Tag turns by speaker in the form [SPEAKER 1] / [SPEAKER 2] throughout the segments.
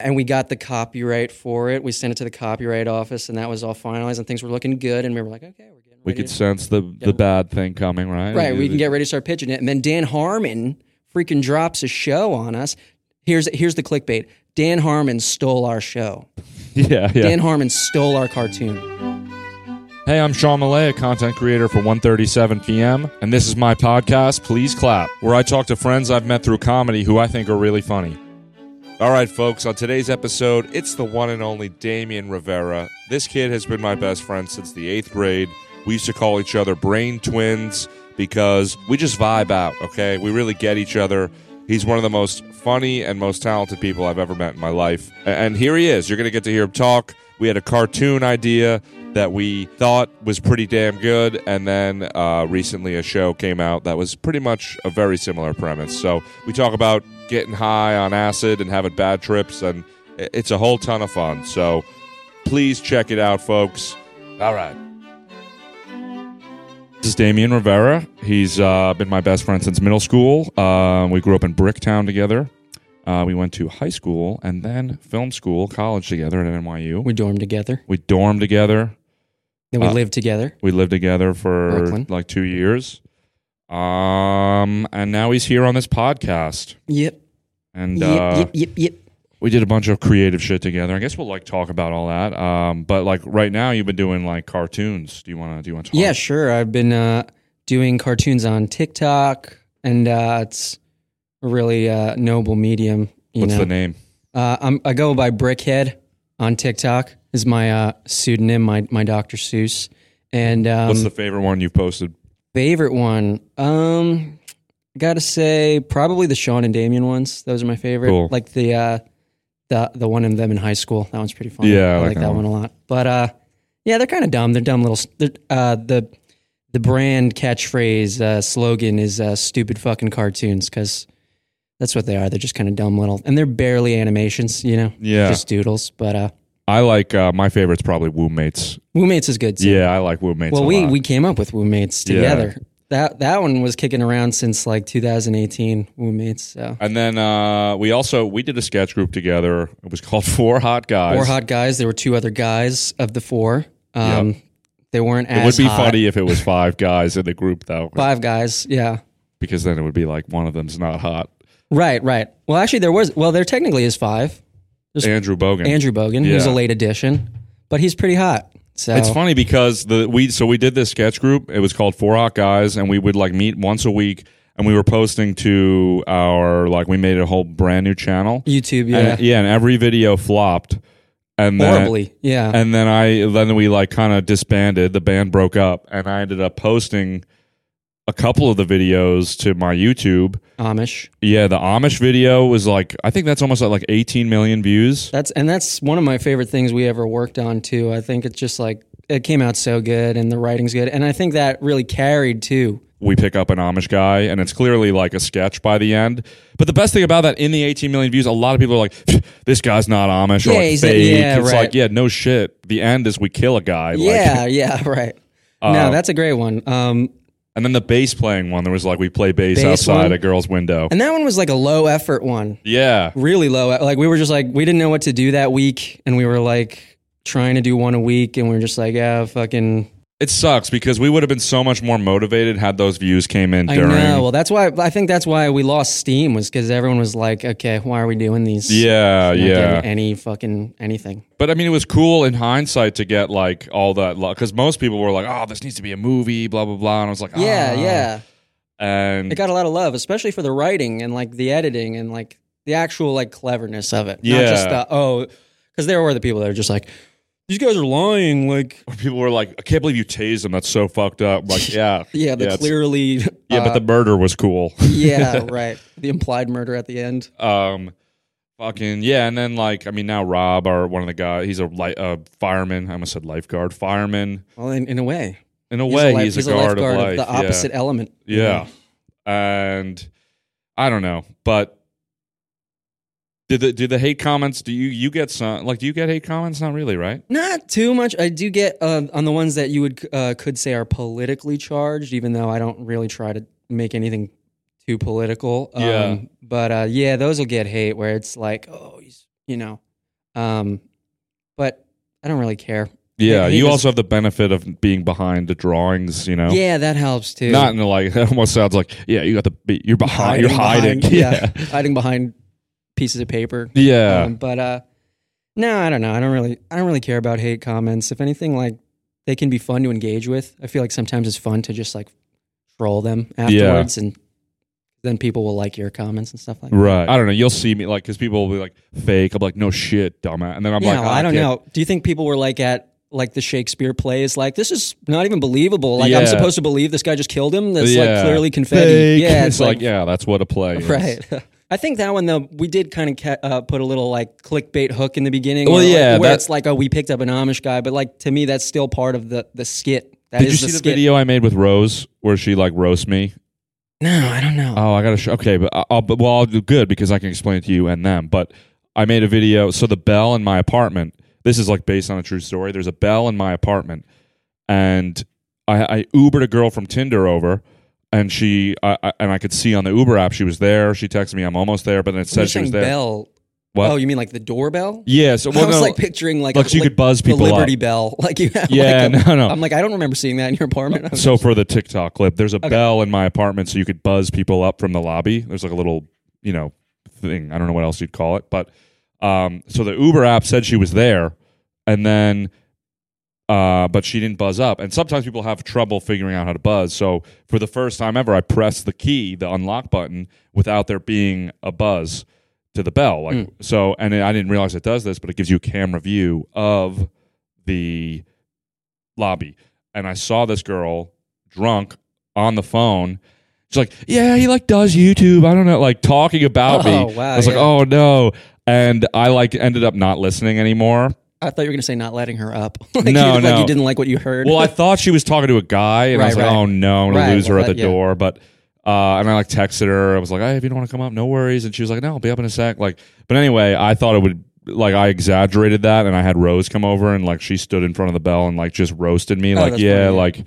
[SPEAKER 1] and we got the copyright for it. We sent it to the copyright office, and that was all finalized, and things were looking good. And we were like, okay, we're getting ready.
[SPEAKER 2] We could
[SPEAKER 1] to-
[SPEAKER 2] sense the the bad thing coming, right?
[SPEAKER 1] right, we can get ready to start pitching it. And then Dan Harmon freaking drops a show on us. Here's here's the clickbait. Dan Harmon stole our show.
[SPEAKER 2] Yeah, yeah.
[SPEAKER 1] Dan Harmon stole our cartoon.
[SPEAKER 2] Hey, I'm Sean Malay, a content creator for 137 PM, and this is my podcast, Please Clap, where I talk to friends I've met through comedy who I think are really funny. All right, folks, on today's episode, it's the one and only Damian Rivera. This kid has been my best friend since the eighth grade. We used to call each other brain twins because we just vibe out, okay? We really get each other. He's one of the most funny and most talented people I've ever met in my life. A- And here he is. You're going to get to hear him talk. We had a cartoon idea that we thought was pretty damn good, and then uh, recently a show came out that was pretty much a very similar premise. So we talk about getting high on acid and having bad trips, and i- it's a whole ton of fun. So please check it out, folks. All right. This is Damian Rivera. He's uh, been my best friend since middle school. Um, we grew up in Bricktown together. Uh, we went to high school and then film school, college together at NYU. We,
[SPEAKER 1] We dormed together.
[SPEAKER 2] we dormed together.
[SPEAKER 1] Then we
[SPEAKER 2] Uh,
[SPEAKER 1] lived together.
[SPEAKER 2] We lived together for
[SPEAKER 1] Brooklyn.
[SPEAKER 2] like two years. Um, and now he's here on this podcast.
[SPEAKER 1] Yep.
[SPEAKER 2] And
[SPEAKER 1] Yep.
[SPEAKER 2] uh,
[SPEAKER 1] Yep. Yep. Yep.
[SPEAKER 2] we did a bunch of creative shit together. I guess we'll like talk about all that. Um, but like right now, you've been doing like cartoons. Do you want to? Do you want to?
[SPEAKER 1] Yeah, sure. I've been uh, doing cartoons on TikTok, and uh, it's a really uh, noble medium. You
[SPEAKER 2] What's
[SPEAKER 1] know,
[SPEAKER 2] the name?
[SPEAKER 1] Uh, I'm, I go by Brickhead on TikTok. Is my uh, pseudonym, my my Dr. Seuss, and um,
[SPEAKER 2] What's the favorite one you've posted?
[SPEAKER 1] favorite one? Um, gotta say probably the Sean and Damien ones. Those are my favorite.
[SPEAKER 2] Cool.
[SPEAKER 1] Like the uh, the the one of them in high school. That one's pretty fun. I
[SPEAKER 2] Yeah, I like
[SPEAKER 1] like,
[SPEAKER 2] that
[SPEAKER 1] that one. a lot. But uh, yeah, they're kind of dumb. They're dumb little. s- They're, uh, the the brand catchphrase uh, slogan is uh, "stupid fucking cartoons" because that's what they are. They're just kind of dumb little, and they're barely animations. You know,
[SPEAKER 2] Yeah.
[SPEAKER 1] just doodles. But uh,
[SPEAKER 2] I like uh, my favorite's probably Woomates.
[SPEAKER 1] Woomates is good. Too.
[SPEAKER 2] Yeah, I like Woomates.
[SPEAKER 1] Well,
[SPEAKER 2] a
[SPEAKER 1] we
[SPEAKER 2] lot.
[SPEAKER 1] we came up with Woomates
[SPEAKER 2] Yeah.
[SPEAKER 1] together. That that one was kicking around since like 2018. Woomates. So
[SPEAKER 2] and then uh, we also we did a sketch group together. It was called Four Hot Guys.
[SPEAKER 1] four hot guys. There were two other guys of the four. Um, They weren't
[SPEAKER 2] It
[SPEAKER 1] as
[SPEAKER 2] would be
[SPEAKER 1] hot.
[SPEAKER 2] funny if it was five guys in the group though,
[SPEAKER 1] Five guys. Yeah.
[SPEAKER 2] because then it would be like one of them's not hot.
[SPEAKER 1] Right. Right. Well, actually, there was. Well, there technically is five.
[SPEAKER 2] Andrew Bogan.
[SPEAKER 1] Andrew Bogan, who's
[SPEAKER 2] Yeah.
[SPEAKER 1] a late addition, but he's pretty hot. So
[SPEAKER 2] It's funny because the we so we did this sketch group. It was called Four Hot Guys, and we would like meet once a week, and we were posting to our like we made a whole brand new channel.
[SPEAKER 1] YouTube. Yeah.
[SPEAKER 2] And, yeah, and every video flopped, and then,
[SPEAKER 1] Horribly. Yeah.
[SPEAKER 2] And then I then we like kind of disbanded. The band broke up, and I ended up posting a couple of the videos to my YouTube.
[SPEAKER 1] Amish.
[SPEAKER 2] Yeah, the Amish video was like I think that's almost at like 18 million views.
[SPEAKER 1] That's and that's one of my favorite things we ever worked on too. I think it's just like it came out so good and the writing's good, and I think that really carried too.
[SPEAKER 2] we pick up an Amish guy, and it's clearly like a sketch by the end. But the best thing about that, in the 18 million views, a lot of people are like, "This guy's not Amish," or
[SPEAKER 1] Yeah,
[SPEAKER 2] like,
[SPEAKER 1] he's-
[SPEAKER 2] fake.
[SPEAKER 1] yeah,
[SPEAKER 2] it's
[SPEAKER 1] right.
[SPEAKER 2] like, yeah, no shit. The end is we kill a guy. Like, Uh,
[SPEAKER 1] Yeah, yeah, right. no, that's a great one. Um,
[SPEAKER 2] and then the bass playing one, there was like we play bass,
[SPEAKER 1] Bass
[SPEAKER 2] outside
[SPEAKER 1] one?
[SPEAKER 2] a girl's window.
[SPEAKER 1] and that one was like a low effort one,
[SPEAKER 2] yeah,
[SPEAKER 1] really low. e- Like we were just like we didn't know what to do that week, and we were like trying to do one a week, and we were just like, yeah, fucking.
[SPEAKER 2] it sucks because we would have been so much more motivated had those views came in
[SPEAKER 1] I
[SPEAKER 2] during.
[SPEAKER 1] know. Well, that's why I think that's why we lost steam was because everyone was like, okay, why are we doing these?
[SPEAKER 2] Yeah,
[SPEAKER 1] We're not
[SPEAKER 2] yeah.
[SPEAKER 1] getting any fucking anything.
[SPEAKER 2] But I mean, it was cool in hindsight to get like all that because most people were like, "Oh, this needs to be a movie," blah blah blah, and I was like,
[SPEAKER 1] Yeah,
[SPEAKER 2] "Ah."
[SPEAKER 1] yeah.
[SPEAKER 2] and
[SPEAKER 1] it got a lot of love, especially for the writing and like the editing and like the actual like cleverness of it.
[SPEAKER 2] Yeah.
[SPEAKER 1] Not just the oh, because there were the people that are just like these guys are lying. Like
[SPEAKER 2] people were like, I can't believe you tased him. That's so fucked up. Like, yeah.
[SPEAKER 1] yeah, the
[SPEAKER 2] it's-
[SPEAKER 1] clearly uh,
[SPEAKER 2] Yeah, but the murder was cool.
[SPEAKER 1] yeah right the implied murder at the end.
[SPEAKER 2] um, fucking, yeah. And then, like, I mean, now Rob, or one of the guys, he's a li- uh, fireman. I almost said lifeguard. Fireman.
[SPEAKER 1] Well, in, in a way,
[SPEAKER 2] In a way,
[SPEAKER 1] li-
[SPEAKER 2] he's, a, guard of life.
[SPEAKER 1] the opposite element. you
[SPEAKER 2] Yeah.
[SPEAKER 1] know?
[SPEAKER 2] yeah. And I don't know, but. Did the, did the hate comments? Do you you get some? Like, do you get hate comments? Not really, right?
[SPEAKER 1] Not too much. I do get uh, on the ones that you would uh, could say are politically charged, even though I don't really try to make anything too political. Um,
[SPEAKER 2] Yeah.
[SPEAKER 1] But uh, yeah, those will get hate where it's like, oh, he's you know Um, but I don't really care.
[SPEAKER 2] Yeah,
[SPEAKER 1] He- he
[SPEAKER 2] you
[SPEAKER 1] was-
[SPEAKER 2] also have the benefit of being behind the drawings, you know.
[SPEAKER 1] Yeah, that helps too.
[SPEAKER 2] Not in the like. It almost sounds like yeah. You got the be- you're behind. You're hiding.
[SPEAKER 1] behind-
[SPEAKER 2] yeah.
[SPEAKER 1] hiding behind pieces of paper.
[SPEAKER 2] Yeah.
[SPEAKER 1] Um, but uh, no, I don't know. I don't really, I don't really care about hate comments. If anything, like they can be fun to engage with. I feel like sometimes it's fun to just like troll them afterwards, and then people will like your comments and stuff like. that.
[SPEAKER 2] right. I don't know. You'll see me like because people will be like fake. I'm like no shit, dumbass. And then I'm
[SPEAKER 1] Yeah,
[SPEAKER 2] like "Oh,
[SPEAKER 1] well, I don't
[SPEAKER 2] okay.
[SPEAKER 1] know. Do you think people were like at like the Shakespeare plays? Like this is not even believable. Like I'm
[SPEAKER 2] Yeah.
[SPEAKER 1] supposed to believe this guy just killed him. That's
[SPEAKER 2] yeah.
[SPEAKER 1] like clearly confetti.
[SPEAKER 2] Fake.
[SPEAKER 1] Yeah,
[SPEAKER 2] it's like, yeah, that's what a play. Is.
[SPEAKER 1] Right. I think that one though we did kind of ca- uh, put a little like clickbait hook in the beginning.
[SPEAKER 2] Well,
[SPEAKER 1] where, like,
[SPEAKER 2] yeah,
[SPEAKER 1] where
[SPEAKER 2] that-
[SPEAKER 1] it's like oh we picked up an Amish guy, but like to me that's still part of the the skit. That
[SPEAKER 2] Did
[SPEAKER 1] is
[SPEAKER 2] you see the,
[SPEAKER 1] skit.
[SPEAKER 2] video I made with Rose where she like roast me?
[SPEAKER 1] No, I don't know.
[SPEAKER 2] Oh, I gotta. Sh- okay, but I- I'll. But, well, I'll do good because I can explain it to you and them. But I made a video. So the bell in my apartment. This is like based on a true story. There's a bell in my apartment, and I, I Ubered a girl from Tinder over, and she I, I, and I could see on the Uber app she was there. She texted me, "I'm almost there," but then it
[SPEAKER 1] You're
[SPEAKER 2] said she
[SPEAKER 1] saying
[SPEAKER 2] was there.
[SPEAKER 1] bell.
[SPEAKER 2] What?
[SPEAKER 1] Oh, you mean like the doorbell?
[SPEAKER 2] Yeah. So well,
[SPEAKER 1] I was
[SPEAKER 2] no,
[SPEAKER 1] like picturing like
[SPEAKER 2] like,
[SPEAKER 1] a-
[SPEAKER 2] so you could buzz
[SPEAKER 1] the
[SPEAKER 2] people up.
[SPEAKER 1] Liberty Bell. Like you have
[SPEAKER 2] yeah.
[SPEAKER 1] like a,
[SPEAKER 2] no, no.
[SPEAKER 1] I'm like I don't remember seeing that in your apartment. I was-
[SPEAKER 2] So for the TikTok clip, there's a bell in my apartment, so you could buzz people up from the lobby. There's like a little, you know, thing. I don't know what else you'd call it, but um, so the Uber app said she was there, and then, uh, but she didn't buzz up. And sometimes people have trouble figuring out how to buzz. So for the first time ever, I pressed the key, the unlock button, without there being a buzz to the bell. Like
[SPEAKER 1] Mm.
[SPEAKER 2] so, and I didn't realize it does this, but it gives you a camera view of the lobby and I saw this girl drunk on the phone. She's like, "Yeah, he like does YouTube. I don't know, like talking about
[SPEAKER 1] Oh,
[SPEAKER 2] me."
[SPEAKER 1] wow,
[SPEAKER 2] I was like,
[SPEAKER 1] yeah.
[SPEAKER 2] "Oh no!" And I like ended up not listening anymore.
[SPEAKER 1] I thought you were gonna say not letting her up. like,
[SPEAKER 2] No,
[SPEAKER 1] you, like
[SPEAKER 2] no.
[SPEAKER 1] you didn't like what you heard.
[SPEAKER 2] Well, I thought she was talking to a guy, and I was
[SPEAKER 1] Right,
[SPEAKER 2] like,
[SPEAKER 1] right.
[SPEAKER 2] "Oh no, I'm gonna
[SPEAKER 1] Right,
[SPEAKER 2] lose her
[SPEAKER 1] well,
[SPEAKER 2] at the
[SPEAKER 1] that- yeah.
[SPEAKER 2] door." But uh, and I like texted her. I was like, "Hey, if you don't want to come up, no worries." And she was like, "No, I'll be up in a sec." Like, but anyway, I thought it would like I exaggerated that, and I had Rose come over, and like she stood in front of the bell and like just roasted me, like,
[SPEAKER 1] Oh, that's
[SPEAKER 2] "Yeah,
[SPEAKER 1] funny, yeah.
[SPEAKER 2] like."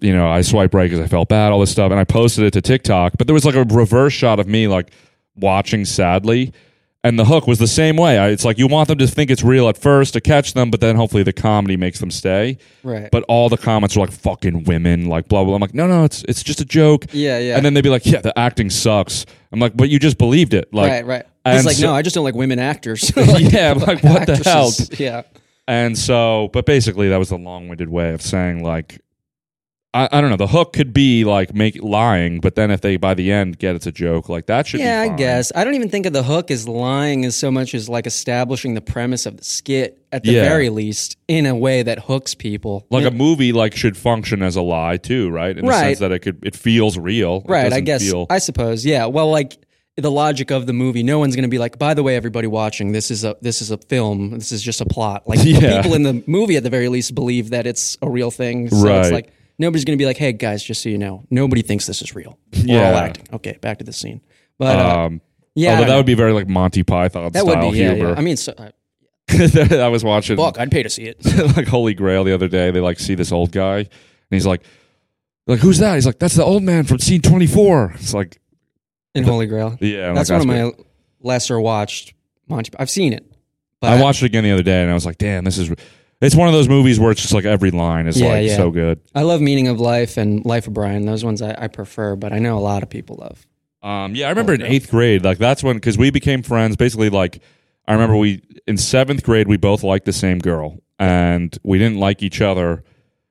[SPEAKER 2] You know, I swipe right because I felt bad, all this stuff, and I posted it to TikTok. But there was like a reverse shot of me like watching sadly, and the hook was the same way. I, it's like you want them to think it's real at first to catch them, but then hopefully the comedy makes them stay.
[SPEAKER 1] right.
[SPEAKER 2] But all the comments are like fucking women, like blah blah. I'm like, no, no, it's it's just a joke.
[SPEAKER 1] yeah, yeah.
[SPEAKER 2] And then they'd be like, yeah, the acting sucks. I'm like, but you just believed it, like,
[SPEAKER 1] right, right.
[SPEAKER 2] and
[SPEAKER 1] He's like,
[SPEAKER 2] so-
[SPEAKER 1] no, I just don't like women actors.
[SPEAKER 2] Yeah, I'm like, what the hell?
[SPEAKER 1] Actresses. Yeah.
[SPEAKER 2] And so, but basically, that was the long-winded way of saying like, I, I don't know. The hook could be like make lying, but then if they by the end get it's a joke, like that should.
[SPEAKER 1] Yeah,
[SPEAKER 2] be
[SPEAKER 1] I
[SPEAKER 2] fine.
[SPEAKER 1] guess. I don't even think of the hook as lying as so much as like establishing the premise of the skit at the
[SPEAKER 2] Yeah.
[SPEAKER 1] very least in a way that hooks people.
[SPEAKER 2] Like a movie, like should function as a lie too, right? In the
[SPEAKER 1] Right.
[SPEAKER 2] sense that it could, it feels real, It
[SPEAKER 1] right, I
[SPEAKER 2] doesn't
[SPEAKER 1] guess.
[SPEAKER 2] feel-
[SPEAKER 1] I suppose. Yeah. Well, like the logic of the movie, no one's going to be like, by the way, everybody watching, this is a this is a film. This is just a plot. Like
[SPEAKER 2] Yeah.
[SPEAKER 1] the people in the movie at the very least believe that it's a real thing. So
[SPEAKER 2] Right.
[SPEAKER 1] it's like nobody's going to be like, "Hey guys, just so you know, nobody thinks this is real." We're all
[SPEAKER 2] Yeah.
[SPEAKER 1] acting. Okay, back to the scene. But uh,
[SPEAKER 2] um,
[SPEAKER 1] yeah, I
[SPEAKER 2] although
[SPEAKER 1] don't
[SPEAKER 2] that
[SPEAKER 1] know.
[SPEAKER 2] would be very like Monty Python
[SPEAKER 1] that
[SPEAKER 2] style
[SPEAKER 1] would be yeah,
[SPEAKER 2] humor.
[SPEAKER 1] yeah. I mean, so, uh,
[SPEAKER 2] I was watching
[SPEAKER 1] fuck, I'd pay to see it.
[SPEAKER 2] like Holy Grail the other day. They like see this old guy, and he's like, "Like who's that?" He's like, "That's the old man from scene 24." It's like,
[SPEAKER 1] in Holy Grail.
[SPEAKER 2] yeah, I'm
[SPEAKER 1] That's
[SPEAKER 2] like,
[SPEAKER 1] one of
[SPEAKER 2] weird.
[SPEAKER 1] my lesser watched Monty. I've seen it. uh,
[SPEAKER 2] I watched it again the other day, and I was like, "Damn, this is." It's one of those movies where it's just like every line is
[SPEAKER 1] Yeah,
[SPEAKER 2] like
[SPEAKER 1] yeah.
[SPEAKER 2] so good.
[SPEAKER 1] I love Meaning of Life and Life of Brian. Those ones I, I prefer, but I know a lot of people love.
[SPEAKER 2] Um, yeah, I remember in
[SPEAKER 1] no.
[SPEAKER 2] eighth grade, like that's when because we became friends. Basically, like I remember we in seventh grade we both liked the same girl, and we didn't like each other.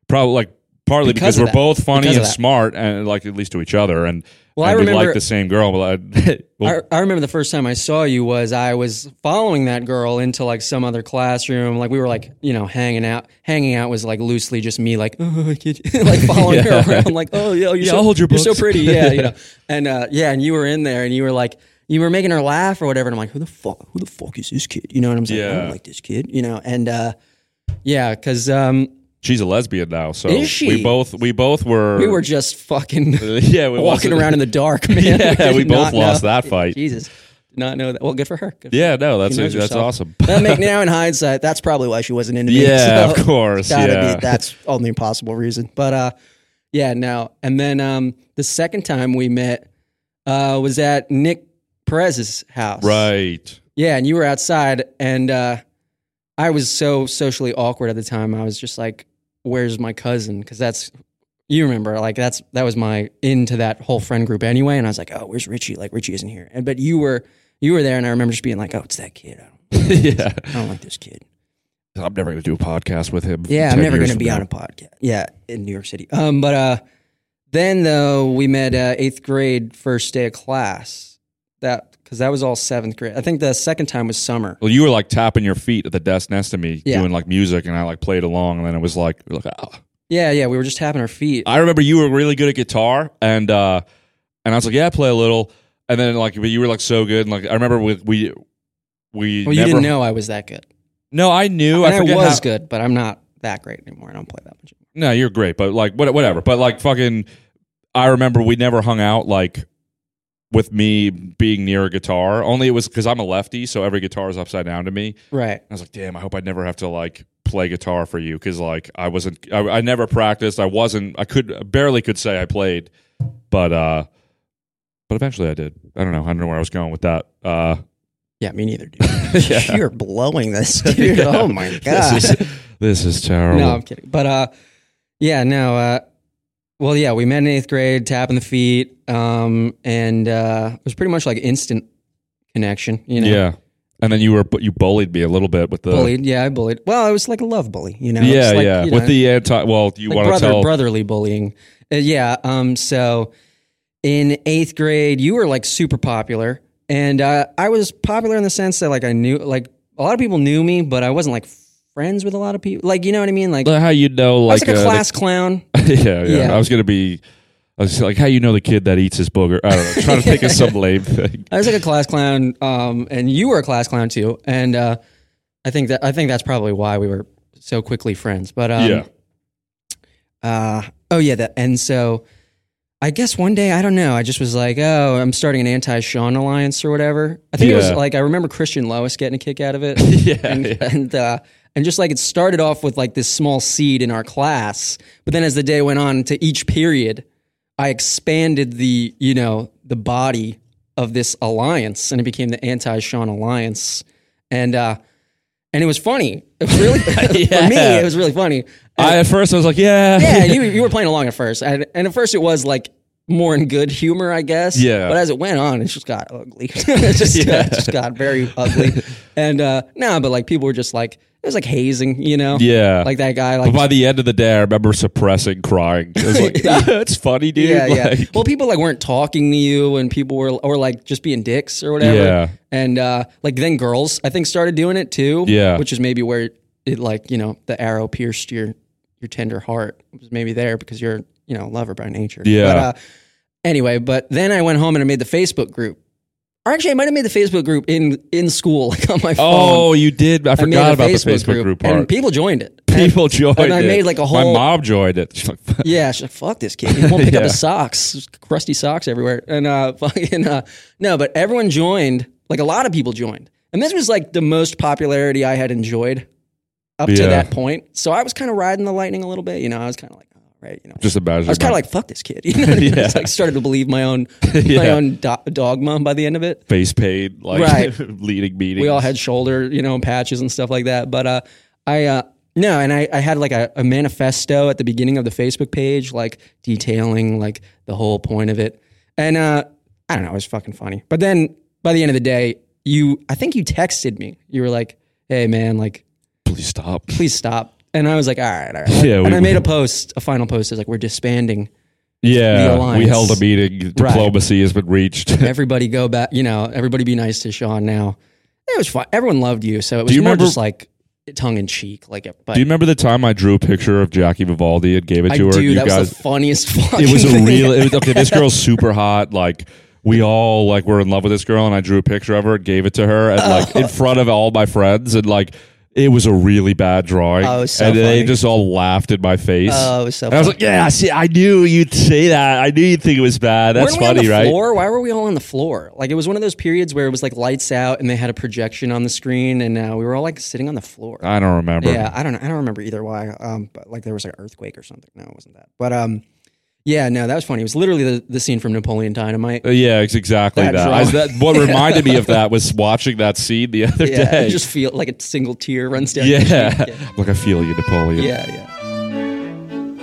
[SPEAKER 2] Probably like partly
[SPEAKER 1] Because
[SPEAKER 2] because,
[SPEAKER 1] of
[SPEAKER 2] we're
[SPEAKER 1] that.
[SPEAKER 2] both funny
[SPEAKER 1] Because of
[SPEAKER 2] and
[SPEAKER 1] that.
[SPEAKER 2] smart, and like at least to each other, and
[SPEAKER 1] Well, I
[SPEAKER 2] and we
[SPEAKER 1] remember-
[SPEAKER 2] liked the same girl. But I, well,
[SPEAKER 1] I, I remember the first time I saw you was I was following that girl into like some other classroom. Like we were like you know hanging out. Hanging out was like loosely just me like oh, I kid you," like following her around like oh yeah you're
[SPEAKER 2] Yeah,
[SPEAKER 1] so,
[SPEAKER 2] I'll hold your
[SPEAKER 1] you're so
[SPEAKER 2] books."
[SPEAKER 1] pretty yeah you know and uh, yeah and you were in there and you were like you were making her laugh or whatever and I'm like who the fuck who the fuck is this kid you know what I'm saying I
[SPEAKER 2] Yeah.
[SPEAKER 1] don't like this kid you know and uh, yeah because um,
[SPEAKER 2] she's a lesbian now, so
[SPEAKER 1] Is she?
[SPEAKER 2] we both we both were
[SPEAKER 1] we were just fucking
[SPEAKER 2] yeah we
[SPEAKER 1] walking
[SPEAKER 2] wasn't-
[SPEAKER 1] around in the dark, man.
[SPEAKER 2] Yeah, we
[SPEAKER 1] did
[SPEAKER 2] both
[SPEAKER 1] not know.
[SPEAKER 2] lost that fight.
[SPEAKER 1] Jesus, did not know that. Well, good for her. Good for
[SPEAKER 2] Yeah, no, that's
[SPEAKER 1] She knows
[SPEAKER 2] that's
[SPEAKER 1] herself.
[SPEAKER 2] awesome.
[SPEAKER 1] That make now in hindsight, that's probably why she wasn't into me. So,
[SPEAKER 2] yeah, of course.
[SPEAKER 1] gotta
[SPEAKER 2] Yeah,
[SPEAKER 1] be that's only possible reason. But uh, yeah, no. And then um, the second time we met uh, was at Nick Perez's house,
[SPEAKER 2] right.
[SPEAKER 1] Yeah, and you were outside, and uh, I was so socially awkward at the time. I was just like, "Where's my cousin?" Because that's you remember, like that's that was my into that whole friend group anyway. And I was like, "Oh, where's Richie?" Like Richie isn't here. And but you were you were there, and I remember just being like, "Oh, it's that kid. I don't,
[SPEAKER 2] yeah.
[SPEAKER 1] I don't like this kid."
[SPEAKER 2] I'm never going to do a podcast with him.
[SPEAKER 1] Yeah,
[SPEAKER 2] 10
[SPEAKER 1] I'm never going
[SPEAKER 2] years
[SPEAKER 1] to
[SPEAKER 2] from
[SPEAKER 1] be
[SPEAKER 2] now.
[SPEAKER 1] on a podcast. Yeah, in New York City. Um, but uh, then though we met uh, eighth grade first day of class. That because that was all seventh grade. I think the second time was summer.
[SPEAKER 2] Well, you were like tapping your feet at the desk next to me,
[SPEAKER 1] Yeah.
[SPEAKER 2] doing like music, and I like played along, and then it was like, like oh.
[SPEAKER 1] Yeah, yeah, we were just tapping our feet.
[SPEAKER 2] I remember you were really good at guitar, and uh, and I was like, yeah, I play a little, and then like, but you were like so good, and like I remember we we we
[SPEAKER 1] well, you
[SPEAKER 2] never,
[SPEAKER 1] didn't know I was that good.
[SPEAKER 2] No, I knew.
[SPEAKER 1] And
[SPEAKER 2] I
[SPEAKER 1] I,
[SPEAKER 2] forget
[SPEAKER 1] was
[SPEAKER 2] how-
[SPEAKER 1] good, but I'm not that great anymore. I don't play that much.
[SPEAKER 2] No, you're great, but like what, whatever. But like fucking, I remember we never hung out like with me being near a guitar. Only it was because I'm a lefty, so every guitar is upside down to me.
[SPEAKER 1] Right.
[SPEAKER 2] I was like, damn, I hope I never have to like play guitar for you because like I wasn't, I, I never practiced. I wasn't, I could barely could say I played, but uh, but eventually I did. I don't know. I don't know where I was going with that. Uh,
[SPEAKER 1] Yeah, me neither, dude.
[SPEAKER 2] yeah.
[SPEAKER 1] You're blowing this, dude.
[SPEAKER 2] Yeah.
[SPEAKER 1] Oh my god.
[SPEAKER 2] This is, this is terrible.
[SPEAKER 1] No, I'm kidding. But uh, yeah, no. Uh, well, yeah, we met in eighth grade, tapping the feet, um, and uh, it was pretty much like instant connection. You know,
[SPEAKER 2] Yeah. And then you were, you bullied me a little bit with the,
[SPEAKER 1] bullied. Yeah, I bullied. Well, it was like a love bully. You know,
[SPEAKER 2] yeah,
[SPEAKER 1] It's like,
[SPEAKER 2] yeah,
[SPEAKER 1] you
[SPEAKER 2] with
[SPEAKER 1] know,
[SPEAKER 2] the anti. Well, do you
[SPEAKER 1] like
[SPEAKER 2] want to
[SPEAKER 1] brother
[SPEAKER 2] tell?
[SPEAKER 1] brotherly bullying. Uh, yeah. Um. So in eighth grade, you were like super popular, and uh, I was popular in the sense that like I knew like a lot of people knew me, but I wasn't like friends with a lot of people. Like you know what I mean? Like,
[SPEAKER 2] How you know,
[SPEAKER 1] I was
[SPEAKER 2] like,
[SPEAKER 1] like a
[SPEAKER 2] uh, the-
[SPEAKER 1] class clown.
[SPEAKER 2] yeah, yeah,
[SPEAKER 1] Yeah.
[SPEAKER 2] I was gonna be. I was like, how you know the kid that eats his booger? I don't know. Trying to think of some lame thing.
[SPEAKER 1] I was like a class clown, um, and you were a class clown too. And uh, I think that I think that's probably why we were so quickly friends. But um,
[SPEAKER 2] yeah.
[SPEAKER 1] uh, oh yeah, that. And so I guess one day I don't know. I just was like, oh, I'm starting an anti-Sean alliance or whatever. I think it was
[SPEAKER 2] Yeah.
[SPEAKER 1] like I remember Christian Lois getting a kick out of it.
[SPEAKER 2] Yeah,
[SPEAKER 1] and
[SPEAKER 2] yeah.
[SPEAKER 1] and uh, and just like it started off with like this small seed in our class, but then as the day went on to each period, I expanded the you know the body of this alliance, and it became the anti Sean alliance, and uh, and it was funny. It was really for me,
[SPEAKER 2] Yeah.
[SPEAKER 1] it was really funny. Uh,
[SPEAKER 2] I at first I was like, yeah,
[SPEAKER 1] yeah, you you were playing along at first, and, and at first it was like more in good humor, I guess.
[SPEAKER 2] Yeah.
[SPEAKER 1] But as it went on, it just got ugly. it just, got- it just got very ugly, and uh, no, but like people were just like it was like hazing, you know.
[SPEAKER 2] Yeah.
[SPEAKER 1] Like that guy, like
[SPEAKER 2] But by the end of the day, I remember suppressing crying. It was like, "Ah, it's funny, dude.
[SPEAKER 1] Yeah, yeah.
[SPEAKER 2] Like,
[SPEAKER 1] Well, people like weren't talking to you, and people were or like just being dicks or whatever.
[SPEAKER 2] Yeah.
[SPEAKER 1] And uh, like then girls, I think, started doing it too.
[SPEAKER 2] Yeah.
[SPEAKER 1] Which is maybe where it like you know the arrow pierced your your tender heart It was maybe there because you're you know a lover by nature.
[SPEAKER 2] Yeah.
[SPEAKER 1] But, uh, anyway, but then I went home and I made the Facebook group. Or actually, I might have made the Facebook group in in school, like on my phone.
[SPEAKER 2] Oh, you did. I
[SPEAKER 1] I made
[SPEAKER 2] forgot
[SPEAKER 1] a
[SPEAKER 2] about the Facebook group,
[SPEAKER 1] and
[SPEAKER 2] part.
[SPEAKER 1] people joined it. And-
[SPEAKER 2] people joined.
[SPEAKER 1] and I
[SPEAKER 2] it.
[SPEAKER 1] made, like, a
[SPEAKER 2] My
[SPEAKER 1] whole-
[SPEAKER 2] mom joined it. She's like,
[SPEAKER 1] Yeah, she's like, fuck this kid. He won't pick up
[SPEAKER 2] Yeah.
[SPEAKER 1] his socks. There's crusty socks everywhere. And uh, fucking, uh, no, but everyone joined. Like a lot of people joined. And this was like the most popularity I had enjoyed up
[SPEAKER 2] Yeah.
[SPEAKER 1] to that point. So I was kind of riding the lightning a little bit. You know, I was kind of like, all right, you know.
[SPEAKER 2] Just imagine.
[SPEAKER 1] I was kind
[SPEAKER 2] my-
[SPEAKER 1] of like, fuck this kid. You know what I mean?
[SPEAKER 2] Yeah.
[SPEAKER 1] It's like started to believe my own, my
[SPEAKER 2] Yeah.
[SPEAKER 1] own do- dogma by the end of it.
[SPEAKER 2] face paid, like
[SPEAKER 1] Right.
[SPEAKER 2] leading meetings.
[SPEAKER 1] We all had shoulder, you know, patches and stuff like that. But uh, I uh, no, and I, I had like a, a manifesto at the beginning of the Facebook page, like detailing like the whole point of it. And uh, I don't know, it was fucking funny. But then by the end of the day, you, I think you texted me. You were like, "Hey man, like
[SPEAKER 2] Please stop.
[SPEAKER 1] please stop." And I was like, "All right, all right."
[SPEAKER 2] Yeah,
[SPEAKER 1] and
[SPEAKER 2] we-
[SPEAKER 1] I made a post, a final post. I was like, "We're disbanding. the
[SPEAKER 2] Yeah,
[SPEAKER 1] alliance.
[SPEAKER 2] we held a meeting. Diplomacy has been reached. Do
[SPEAKER 1] Everybody go back. You know, everybody be nice to Sean now." It was fun. Everyone loved you, so it was
[SPEAKER 2] you
[SPEAKER 1] more
[SPEAKER 2] remember-
[SPEAKER 1] just like tongue in cheek, like. But
[SPEAKER 2] you remember the time I drew a picture of Jackie Vivaldi and gave it
[SPEAKER 1] I
[SPEAKER 2] to her?
[SPEAKER 1] do.
[SPEAKER 2] you
[SPEAKER 1] that
[SPEAKER 2] guys,
[SPEAKER 1] was the funniest fucking
[SPEAKER 2] it was a
[SPEAKER 1] thing.
[SPEAKER 2] real. It was, okay, this girl's super hot. Like we all like were in love with this girl, and I drew a picture of her and gave it to her, and like
[SPEAKER 1] Oh.
[SPEAKER 2] in front of all my friends, and like. It was a really bad drawing,
[SPEAKER 1] Oh, it was so
[SPEAKER 2] and they
[SPEAKER 1] funny.
[SPEAKER 2] just all laughed in my face.
[SPEAKER 1] Oh, it was so
[SPEAKER 2] and I was like, "Yeah, I see, I knew you'd say that. I knew you'd think it was bad. That's
[SPEAKER 1] Weren't we
[SPEAKER 2] funny,
[SPEAKER 1] on the
[SPEAKER 2] right?"
[SPEAKER 1] Floor? Why were we all on the floor? Like it was one of those periods where it was like lights out and they had a projection on the screen and uh, we were all like sitting on the floor.
[SPEAKER 2] I don't remember.
[SPEAKER 1] yeah, I don't know. I don't remember either why. Um, but like there was like an earthquake or something. No, it wasn't that. But um, Yeah, no, that was funny. It was literally the, the scene from Napoleon Dynamite.
[SPEAKER 2] Uh, yeah, it's exactly that.
[SPEAKER 1] That
[SPEAKER 2] I-
[SPEAKER 1] drama.
[SPEAKER 2] that- what reminded me of that was watching that scene the other
[SPEAKER 1] Yeah,
[SPEAKER 2] day.
[SPEAKER 1] you just feel like a single tear runs down. your
[SPEAKER 2] yeah.
[SPEAKER 1] cheek.
[SPEAKER 2] Look, I feel you, Napoleon.
[SPEAKER 1] yeah, yeah.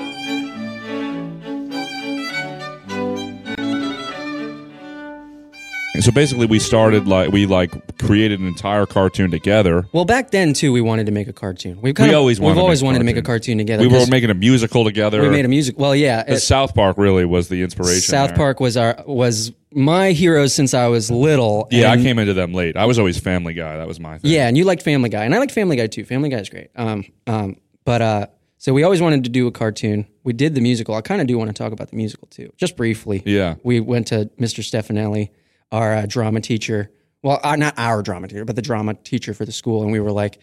[SPEAKER 2] So basically, we started like we like created an entire cartoon together.
[SPEAKER 1] Well, back then too, we wanted to make a cartoon. We've kind
[SPEAKER 2] We
[SPEAKER 1] of,
[SPEAKER 2] always wanted
[SPEAKER 1] we've
[SPEAKER 2] to
[SPEAKER 1] always
[SPEAKER 2] make a
[SPEAKER 1] wanted to make a cartoon
[SPEAKER 2] cartoon.
[SPEAKER 1] together.
[SPEAKER 2] We were
[SPEAKER 1] 'cause
[SPEAKER 2] making a musical together.
[SPEAKER 1] we made a music. Well, yeah,
[SPEAKER 2] The
[SPEAKER 1] it-
[SPEAKER 2] South Park really was the inspiration.
[SPEAKER 1] South
[SPEAKER 2] there.
[SPEAKER 1] Park was our was my hero since I was little.
[SPEAKER 2] Yeah,
[SPEAKER 1] and-
[SPEAKER 2] I came into them late. I was always Family Guy. That was my thing.
[SPEAKER 1] Yeah, and you liked Family Guy, and I liked Family Guy too. Family Guy is great. Um, um, but uh, so we always wanted to do a cartoon. We did the musical. I kind of do want to talk about the musical too, just briefly.
[SPEAKER 2] Yeah.
[SPEAKER 1] we went to Mr. Stefanelli, our uh, drama teacher. Well, uh, not our drama teacher, but the drama teacher for the school, and we were like,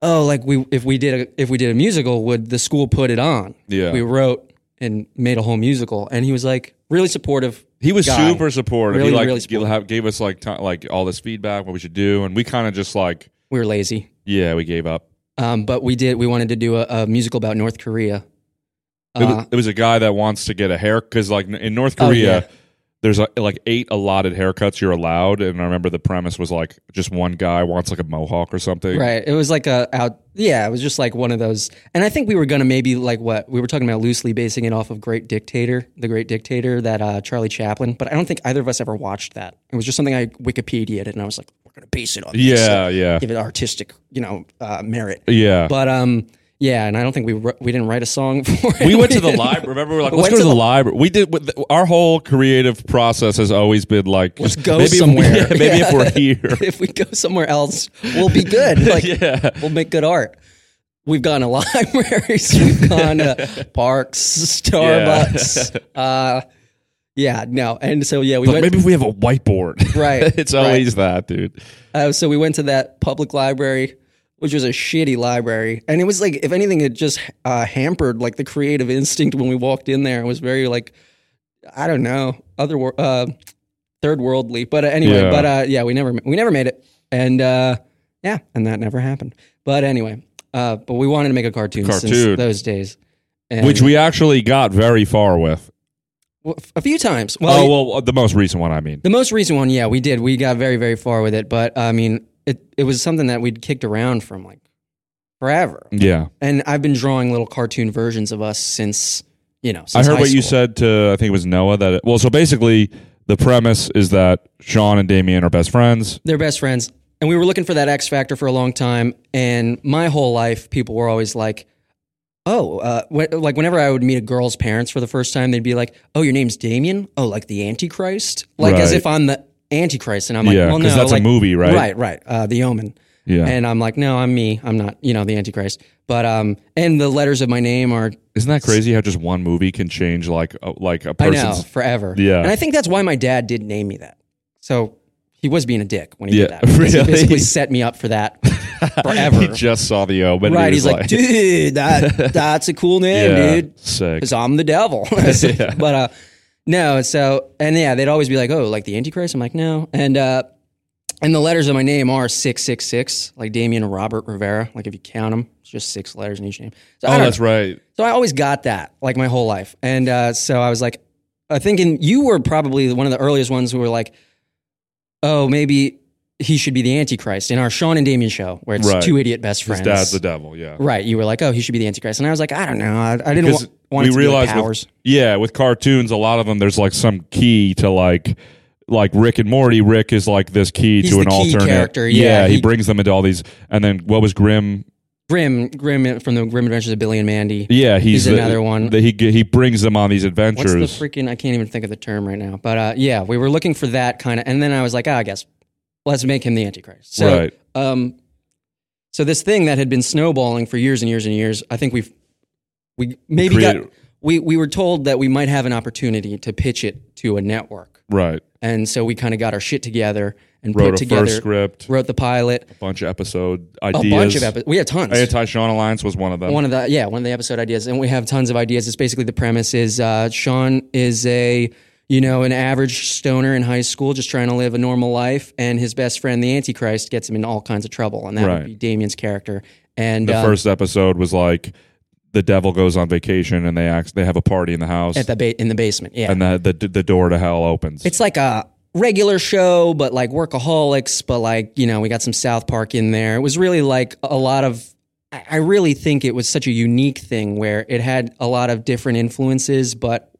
[SPEAKER 1] "Oh, like we if we did a if we did a musical, would the school put it on?"
[SPEAKER 2] Yeah.
[SPEAKER 1] we wrote and made a whole musical, and he was like really supportive.
[SPEAKER 2] He was
[SPEAKER 1] guy.
[SPEAKER 2] super supportive.
[SPEAKER 1] Really,
[SPEAKER 2] he like
[SPEAKER 1] really supportive.
[SPEAKER 2] gave- gave us like ti like all this feedback, what we should do, and we kind of just like
[SPEAKER 1] We were lazy,
[SPEAKER 2] yeah, we gave up.
[SPEAKER 1] um, but we did. We wanted to do a, a musical about North Korea.
[SPEAKER 2] There was, there was a guy that wants to get a hair because like in North
[SPEAKER 1] Uh-huh. Oh,
[SPEAKER 2] Korea,
[SPEAKER 1] yeah.
[SPEAKER 2] there's like, like eight allotted haircuts you're allowed, and I remember the premise was like just one guy wants like a mohawk or something.
[SPEAKER 1] Right. It was like a out. Yeah, it was just like one of those. And I think we were gonna maybe like what we were talking about loosely basing it off of Great Dictator, the Great Dictator, that uh, Charlie Chaplin. But I don't think either of us ever watched that. It was just something I Wikipedia'd it, and I was like, we're gonna base it on. this,
[SPEAKER 2] Yeah,
[SPEAKER 1] so
[SPEAKER 2] yeah,
[SPEAKER 1] Give it artistic, you know, uh, merit.
[SPEAKER 2] yeah.
[SPEAKER 1] But um, yeah, and I don't think we wr- we didn't write a song for it.
[SPEAKER 2] we went to the
[SPEAKER 1] didn't-
[SPEAKER 2] library. Remember, we were like,
[SPEAKER 1] We
[SPEAKER 2] let's
[SPEAKER 1] went to
[SPEAKER 2] go to the,
[SPEAKER 1] the-
[SPEAKER 2] library. We did. with- Our whole creative process has always been like, let's
[SPEAKER 1] go somewhere.
[SPEAKER 2] If, yeah, maybe if we're here.
[SPEAKER 1] if we go somewhere else, we'll be good. Like,
[SPEAKER 2] Yeah.
[SPEAKER 1] we'll make good art. We've gone to libraries, we've gone to parks, Starbucks. Yeah. Uh, yeah, no, and so yeah, we
[SPEAKER 2] But
[SPEAKER 1] went.
[SPEAKER 2] maybe if we have a whiteboard.
[SPEAKER 1] Right,
[SPEAKER 2] it's always that, dude.
[SPEAKER 1] Uh, so we went to that public library, which was a shitty library, and it was like, if anything, it just uh, hampered like the creative instinct when we walked in there. It was very like, I don't know, other wor- uh, third worldly. But uh, anyway,
[SPEAKER 2] Yeah.
[SPEAKER 1] but uh, yeah, we never we never made it, and uh, yeah, and that never happened. But anyway, uh, but we wanted to make a cartoon,
[SPEAKER 2] Cartoon.
[SPEAKER 1] since those days, and
[SPEAKER 2] Which we actually got very far with.
[SPEAKER 1] well, a few times. Well,
[SPEAKER 2] Oh well, the most recent one, I mean.
[SPEAKER 1] the most recent one, yeah, we did. We got very, very far with it, but I mean, it it was something that we'd kicked around from like forever.
[SPEAKER 2] Yeah,
[SPEAKER 1] And I've been drawing little cartoon versions of us since you know. Since
[SPEAKER 2] I heard
[SPEAKER 1] high
[SPEAKER 2] what you
[SPEAKER 1] school.
[SPEAKER 2] said to. I think it was Noah. That it, well, so basically, the premise is that Sean and Damien are best friends.
[SPEAKER 1] They're best friends, and we were looking for that X factor for a long time. And my whole life, people were always like. Oh, uh, when, like whenever I would meet a girl's parents for the first time, they'd be like, "Oh, your name's Damien? Oh, like the Antichrist? Like as
[SPEAKER 2] Right.
[SPEAKER 1] if I'm the Antichrist?" And I'm like,
[SPEAKER 2] yeah,
[SPEAKER 1] "Well,
[SPEAKER 2] because
[SPEAKER 1] no,
[SPEAKER 2] that's
[SPEAKER 1] like,
[SPEAKER 2] a movie, right?
[SPEAKER 1] right, right, uh, the Omen."
[SPEAKER 2] Yeah.
[SPEAKER 1] And I'm like, no, I'm me. I'm not, you know, the Antichrist. But um, and the letters of my name are
[SPEAKER 2] Isn't that crazy how just one movie can change like a, like a
[SPEAKER 1] I know
[SPEAKER 2] person's
[SPEAKER 1] forever.
[SPEAKER 2] Yeah.
[SPEAKER 1] And I think that's why my dad did name me that. So he was being a dick when he
[SPEAKER 2] Yeah,
[SPEAKER 1] did that. because
[SPEAKER 2] really?
[SPEAKER 1] He basically set me up for that
[SPEAKER 2] he
[SPEAKER 1] forever.
[SPEAKER 2] just saw the open. and
[SPEAKER 1] right?
[SPEAKER 2] he
[SPEAKER 1] He's
[SPEAKER 2] was
[SPEAKER 1] like, dude, that that's a cool name,
[SPEAKER 2] yeah,
[SPEAKER 1] dude.
[SPEAKER 2] sick.
[SPEAKER 1] Because I'm the devil. But uh, no. So and yeah, they'd always be like, oh, like the Antichrist. I'm like, no. And uh, and the letters of my name are six six six, like Damien Robert Rivera. Like if you count them, it's just six letters in each name. So I
[SPEAKER 2] Oh,
[SPEAKER 1] don't know.
[SPEAKER 2] that's right.
[SPEAKER 1] So I always got that like my whole life. And uh, so I was like, I thinking you were probably one of the earliest ones who were like, oh, maybe he should be the Antichrist in our Sean and Damien show where it's
[SPEAKER 2] Right.
[SPEAKER 1] two idiot best friends.
[SPEAKER 2] His dad's the devil. Yeah.
[SPEAKER 1] right. You were like, oh, he should be the Antichrist. And I was like, I don't know. I, I didn't
[SPEAKER 2] Because
[SPEAKER 1] wa- want it
[SPEAKER 2] we
[SPEAKER 1] to be like
[SPEAKER 2] realized with-
[SPEAKER 1] powers.
[SPEAKER 2] Yeah, with cartoons, a lot of them there's like some key to like like Rick and Morty. Rick is like this key
[SPEAKER 1] He's
[SPEAKER 2] to
[SPEAKER 1] the
[SPEAKER 2] an
[SPEAKER 1] key
[SPEAKER 2] alternate
[SPEAKER 1] character, yeah,
[SPEAKER 2] he,
[SPEAKER 1] he-
[SPEAKER 2] brings them into all these. And then what was Grimm?
[SPEAKER 1] Grim, Grim from the Grim Adventures of Billy and Mandy.
[SPEAKER 2] Yeah,
[SPEAKER 1] He's
[SPEAKER 2] he's, the-
[SPEAKER 1] another one.
[SPEAKER 2] that he g- he brings them on these
[SPEAKER 1] What's
[SPEAKER 2] adventures.
[SPEAKER 1] the freaking? I can't even think of the term right now. But uh, yeah, we were looking for that kind of, and then I was like, ah, I guess let's make him the Antichrist. So,
[SPEAKER 2] Right.
[SPEAKER 1] Um, so this thing that had been snowballing for years and years and years, I think we've we maybe
[SPEAKER 2] Created-
[SPEAKER 1] got we we were told that we might have an opportunity to pitch it to a network,
[SPEAKER 2] right.
[SPEAKER 1] and so we kind of got our shit together and
[SPEAKER 2] Wrote
[SPEAKER 1] put
[SPEAKER 2] a
[SPEAKER 1] together,
[SPEAKER 2] first script,
[SPEAKER 1] wrote the pilot,
[SPEAKER 2] a bunch of episode
[SPEAKER 1] a
[SPEAKER 2] ideas. Oh,
[SPEAKER 1] bunch of episodes. We had tons.
[SPEAKER 2] Anti Sean Alliance was one of them.
[SPEAKER 1] One of the yeah, one of the episode ideas, and we have tons of ideas. It's basically the premise is uh, Sean is a you know an average stoner in high school, just trying to live a normal life, and his best friend, the Antichrist, gets him in all kinds of trouble, and that
[SPEAKER 2] Right.
[SPEAKER 1] would be Damien's character. And
[SPEAKER 2] the
[SPEAKER 1] um,
[SPEAKER 2] first episode was like the devil goes on vacation and they act, they have a party in the house
[SPEAKER 1] at the ba- in the basement. Yeah,
[SPEAKER 2] and the, the the door to hell opens.
[SPEAKER 1] it's like a regular show, but like workaholics. But like you know, we got some South Park in there. It was really like a lot of. I I really think it was such a unique thing where it had a lot of different influences, but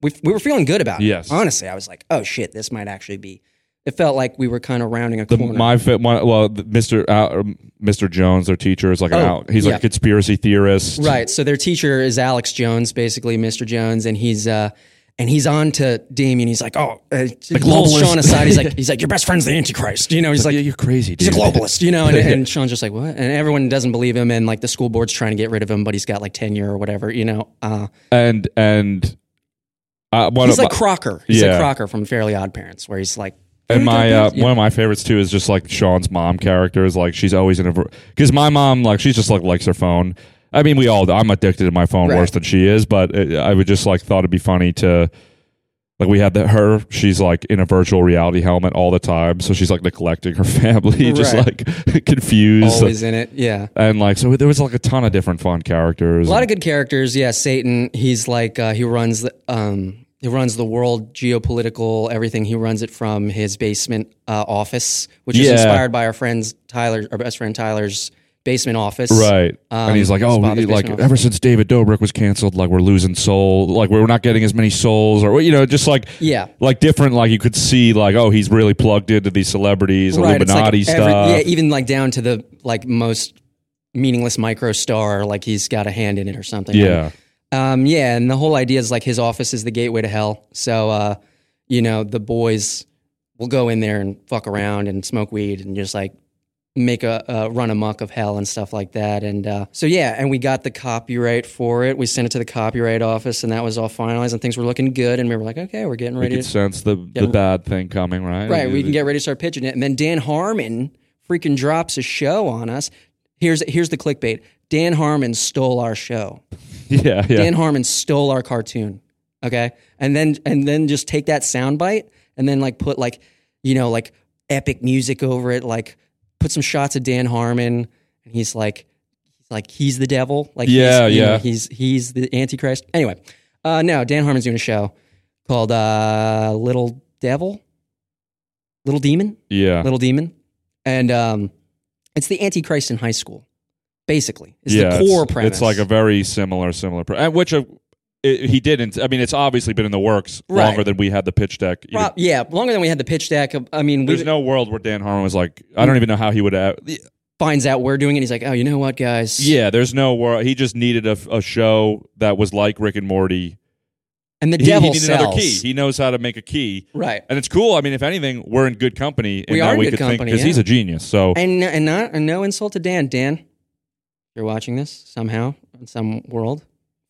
[SPEAKER 1] we we were feeling good about it.
[SPEAKER 2] Yes.
[SPEAKER 1] honestly, I was like, oh shit, this might actually be. It felt like we were kind of rounding a
[SPEAKER 2] the,
[SPEAKER 1] corner.
[SPEAKER 2] my fit one, well, the- Mr. Al- or Mr. Jones, their teacher, is like an
[SPEAKER 1] Oh,
[SPEAKER 2] out. He's like
[SPEAKER 1] yeah.
[SPEAKER 2] a conspiracy theorist.
[SPEAKER 1] Right. So their teacher is Alex Jones, basically Mr. Jones, and he's uh, and he's on to Damien. He's like, oh, uh, pulls
[SPEAKER 2] globalist.
[SPEAKER 1] Sean aside. He's like, he's like, your best friend's the Antichrist. You know, he's
[SPEAKER 2] Yeah,
[SPEAKER 1] like,
[SPEAKER 2] you're crazy,
[SPEAKER 1] he's a
[SPEAKER 2] dude.
[SPEAKER 1] globalist. You know, and, and Sean's just like, what? And everyone doesn't believe him, and like the school board's trying to get rid of him, but he's got like tenure or whatever. You know, uh,
[SPEAKER 2] And and uh, one
[SPEAKER 1] he's
[SPEAKER 2] of
[SPEAKER 1] like
[SPEAKER 2] my,
[SPEAKER 1] Crocker. He's like
[SPEAKER 2] Yeah.
[SPEAKER 1] Crocker from Fairly Odd Parents, where he's like,
[SPEAKER 2] and my uh,
[SPEAKER 1] Yeah.
[SPEAKER 2] one of my favorites too is just like Sean's mom character is like she's always in a because my mom like she's just like likes her phone. I mean, we all I'm addicted to my phone
[SPEAKER 1] Right.
[SPEAKER 2] worse than she is, but it, I would just like thought it'd be funny to. Like we had the, her, she's like in a virtual reality helmet all the time, so she's like neglecting her family, just
[SPEAKER 1] Right.
[SPEAKER 2] like confused.
[SPEAKER 1] always in it. Yeah.
[SPEAKER 2] and like so there was like a ton of different fun characters
[SPEAKER 1] A lot of good characters. Yeah, Satan. He's like uh, he runs the um, he runs the world geopolitical everything. He runs it from his basement uh, office, which is
[SPEAKER 2] Yeah.
[SPEAKER 1] inspired by our friends Tyler, our best friend Tyler's basement office.
[SPEAKER 2] right and he's like
[SPEAKER 1] his
[SPEAKER 2] oh we,
[SPEAKER 1] father's
[SPEAKER 2] like
[SPEAKER 1] basement
[SPEAKER 2] ever since david dobrik was canceled like we're losing soul like we're not getting as many souls or you know just like
[SPEAKER 1] Yeah.
[SPEAKER 2] like different like you could see like oh he's really plugged into these celebrities
[SPEAKER 1] it's like
[SPEAKER 2] illuminati
[SPEAKER 1] every-
[SPEAKER 2] stuff
[SPEAKER 1] yeah, even like down to the like most meaningless micro star. Like he's got a hand in it or something.
[SPEAKER 2] yeah
[SPEAKER 1] Um, yeah, and the whole idea is like his office is the gateway to hell. So, uh, you know, the boys will go in there and fuck around and smoke weed and just like make a, a run amok of hell and stuff like that. And uh, so, yeah, and we got the copyright for it. We sent it to the copyright office, and that was all finalized, and things were looking good. And we were like, okay, we're getting
[SPEAKER 2] you
[SPEAKER 1] ready.
[SPEAKER 2] could
[SPEAKER 1] to,
[SPEAKER 2] sense the the bad thing coming right
[SPEAKER 1] right, we can get ready to start pitching it. And then Dan Harmon freaking drops a show on us. Here's here's the clickbait. Dan Harmon stole our show.
[SPEAKER 2] yeah yeah
[SPEAKER 1] Dan Harmon stole our cartoon. Okay. And then and then just take that sound bite and then like put like, you know, like epic music over it, like put some shots of Dan Harmon and he's like he's like he's the devil. Like
[SPEAKER 2] Yeah,
[SPEAKER 1] he's, you know,
[SPEAKER 2] yeah.
[SPEAKER 1] he's he's the antichrist. Anyway, uh no, Dan Harmon's doing a show called uh Little Devil. Little Demon.
[SPEAKER 2] yeah
[SPEAKER 1] Little Demon. And um it's the Antichrist in high school, basically. It's
[SPEAKER 2] yeah,
[SPEAKER 1] the core
[SPEAKER 2] it's,
[SPEAKER 1] premise.
[SPEAKER 2] It's like a very similar, similar, pre- and which uh it, he didn't. I mean, it's obviously been in the works
[SPEAKER 1] Right.
[SPEAKER 2] longer than we had the pitch deck. even
[SPEAKER 1] Prob- yeah, longer than we had the pitch deck. uh, I mean, we
[SPEAKER 2] There's no world where Dan Harmon was like, I don't even know how he would. Have,
[SPEAKER 1] finds out we're doing it. He's like, oh, you know what, guys?
[SPEAKER 2] yeah, there's no world. He just needed a, a show that was like Rick and Morty.
[SPEAKER 1] And the
[SPEAKER 2] He,
[SPEAKER 1] devil
[SPEAKER 2] he needed
[SPEAKER 1] sells.
[SPEAKER 2] another key. He knows how to make a key,
[SPEAKER 1] Right.
[SPEAKER 2] and it's cool. I mean, if anything, we're in good company. In
[SPEAKER 1] We
[SPEAKER 2] that
[SPEAKER 1] are in
[SPEAKER 2] we
[SPEAKER 1] good
[SPEAKER 2] could
[SPEAKER 1] company,
[SPEAKER 2] because
[SPEAKER 1] yeah.
[SPEAKER 2] he's a genius. So
[SPEAKER 1] And and not and no insult to Dan. Dan, if you're watching this somehow in some world.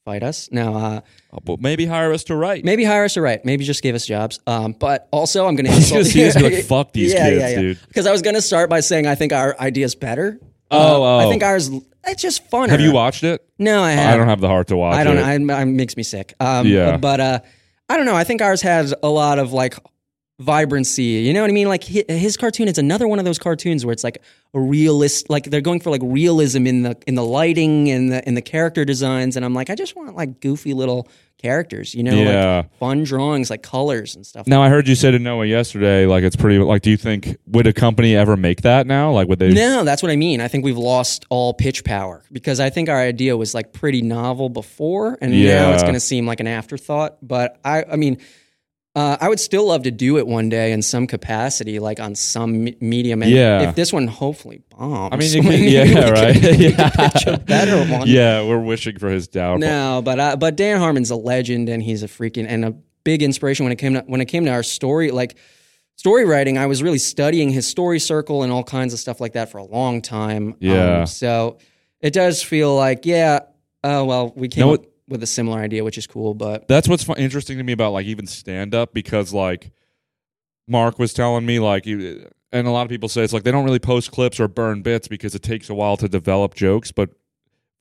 [SPEAKER 1] Fight us now. Uh,
[SPEAKER 2] but maybe hire us to write.
[SPEAKER 1] maybe hire us or right. Maybe just give us jobs. Um, but also, I'm going to
[SPEAKER 2] He's
[SPEAKER 1] insult
[SPEAKER 2] gonna see us and be like, "Fuck these
[SPEAKER 1] Yeah,
[SPEAKER 2] kids,
[SPEAKER 1] yeah, yeah.
[SPEAKER 2] dude."
[SPEAKER 1] Because I was going to start by saying I think our idea's better.
[SPEAKER 2] Oh,
[SPEAKER 1] Uh, I
[SPEAKER 2] oh.
[SPEAKER 1] think ours. It's just funner.
[SPEAKER 2] Have you watched it?
[SPEAKER 1] No, I haven't.
[SPEAKER 2] I don't have the heart to watch.
[SPEAKER 1] I don't
[SPEAKER 2] it.
[SPEAKER 1] know. I'm- I'm- It makes me sick. Um,
[SPEAKER 2] Yeah.
[SPEAKER 1] But uh, I don't know. I think ours has a lot of like vibrancy. You know what I mean? Like his, his cartoon, it's another one of those cartoons where it's like a realist. Like they're going for like realism in the in the lighting and the in the character designs. And I'm like, I just want like goofy little characters. You know,
[SPEAKER 2] Yeah.
[SPEAKER 1] like fun drawings, like colors and stuff.
[SPEAKER 2] Now I heard you say to Noah yesterday, like it's pretty. Like, do you think would a company ever make that now? Like, would they?
[SPEAKER 1] No, that's what I mean. I think we've lost all pitch power because I think our idea was like pretty novel before, and now it's
[SPEAKER 2] Yeah.
[SPEAKER 1] going to seem like an afterthought. But I, I mean, uh, I would still love to do it one day in some capacity, like on some me- medium. And
[SPEAKER 2] Yeah.
[SPEAKER 1] if this one hopefully bombs,
[SPEAKER 2] I mean, it
[SPEAKER 1] maybe
[SPEAKER 2] could,
[SPEAKER 1] we
[SPEAKER 2] yeah,
[SPEAKER 1] could
[SPEAKER 2] right.
[SPEAKER 1] pitch a better one.
[SPEAKER 2] Yeah, we're wishing for his downfall.
[SPEAKER 1] No, but uh, but Dan Harmon's a legend, and he's a freaking and a big inspiration when it came to when it came to our story like story writing. I was really studying his story circle and all kinds of stuff like that for a long time. Um,
[SPEAKER 2] Yeah.
[SPEAKER 1] so it does feel like yeah. Uh, well, we came
[SPEAKER 2] No,
[SPEAKER 1] up with a similar idea, which is cool, but
[SPEAKER 2] that's what's fun, interesting to me about like even stand up because like Mark was telling me like you, and a lot of people say it's like they don't really post clips or burn bits because it takes a while to develop jokes but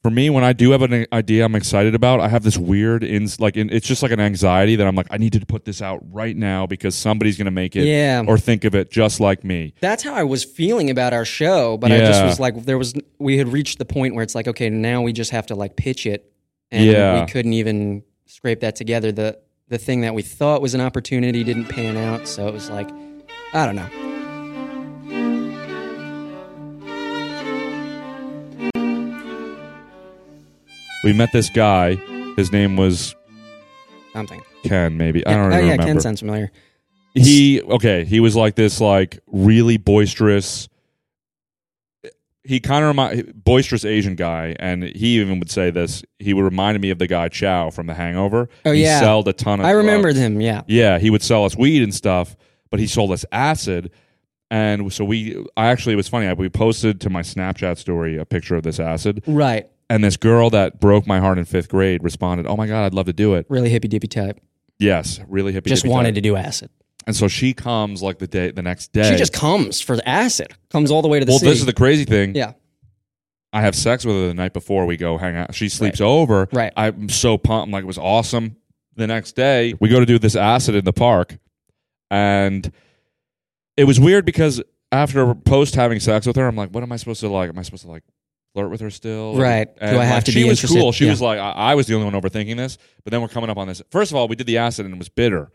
[SPEAKER 2] for me when I do have an idea I'm excited about I have this weird in like in, it's just like an anxiety that I'm like I need to put this out right now because somebody's going to make it
[SPEAKER 1] Yeah.
[SPEAKER 2] or think of it just like me
[SPEAKER 1] that's how I was feeling about our show. But I just
[SPEAKER 2] Yeah.
[SPEAKER 1] was like, there was we had reached the point where it's like, okay, now we just have to like pitch it and
[SPEAKER 2] Yeah.
[SPEAKER 1] we couldn't even scrape that together. The the thing that we thought was an opportunity didn't pan out, so it was like, I don't know.
[SPEAKER 2] We met this guy. His name was
[SPEAKER 1] Something.
[SPEAKER 2] Ken, maybe. I don't
[SPEAKER 1] yeah, oh,
[SPEAKER 2] remember.
[SPEAKER 1] yeah, Ken sounds familiar.
[SPEAKER 2] he okay he was like this like really boisterous he kind of remind boisterous asian guy and he even would say this he would remind me of the guy chow from the hangover
[SPEAKER 1] Oh,
[SPEAKER 2] he
[SPEAKER 1] yeah.
[SPEAKER 2] sold a ton of
[SPEAKER 1] I remembered
[SPEAKER 2] drugs.
[SPEAKER 1] him, yeah.
[SPEAKER 2] yeah he would sell us weed and stuff but he sold us acid and so we i actually it was funny I, we posted to my snapchat story a picture of this acid
[SPEAKER 1] Right.
[SPEAKER 2] and this girl that broke my heart in fifth grade responded oh my god i'd love to do it
[SPEAKER 1] Really hippy dippy type.
[SPEAKER 2] yes really hippie
[SPEAKER 1] Just
[SPEAKER 2] dippy
[SPEAKER 1] wanted
[SPEAKER 2] type.
[SPEAKER 1] to do acid.
[SPEAKER 2] and so she comes like the day the next day
[SPEAKER 1] She just comes for the acid. Comes all the way to the
[SPEAKER 2] Well,
[SPEAKER 1] city.
[SPEAKER 2] this is the crazy thing.
[SPEAKER 1] yeah.
[SPEAKER 2] I have sex with her the night before we go hang out. She sleeps over.
[SPEAKER 1] Right.
[SPEAKER 2] I'm so pumped. I'm like, it was awesome. The next day, we go to do this acid in the park. And it was weird because after post having sex with her, I'm like, what am I supposed to like? Am I supposed to like flirt with her still?
[SPEAKER 1] Right. Do
[SPEAKER 2] And,
[SPEAKER 1] I have
[SPEAKER 2] like,
[SPEAKER 1] to
[SPEAKER 2] She
[SPEAKER 1] be
[SPEAKER 2] was
[SPEAKER 1] interested?
[SPEAKER 2] cool. She
[SPEAKER 1] Yeah.
[SPEAKER 2] was like, I-, I was the only one overthinking this. But then we're coming up on this. First of all, we did the acid and it was bitter.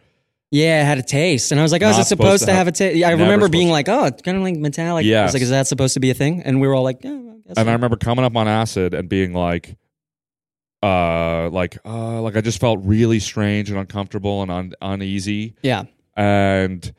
[SPEAKER 1] Yeah, it had a taste, and I was like, "Oh, is
[SPEAKER 2] Not
[SPEAKER 1] it supposed to have, a taste?" I remember
[SPEAKER 2] supposed
[SPEAKER 1] being
[SPEAKER 2] to.
[SPEAKER 1] like, "Oh, it's kind of like metallic." I
[SPEAKER 2] Yes.
[SPEAKER 1] was like, "Is that supposed to be a thing?" And we were all like, "Yeah." I guess
[SPEAKER 2] and
[SPEAKER 1] so."
[SPEAKER 2] I remember coming up on acid and being like, uh, like, uh, like I just felt really strange and uncomfortable and un- uneasy.
[SPEAKER 1] yeah,
[SPEAKER 2] And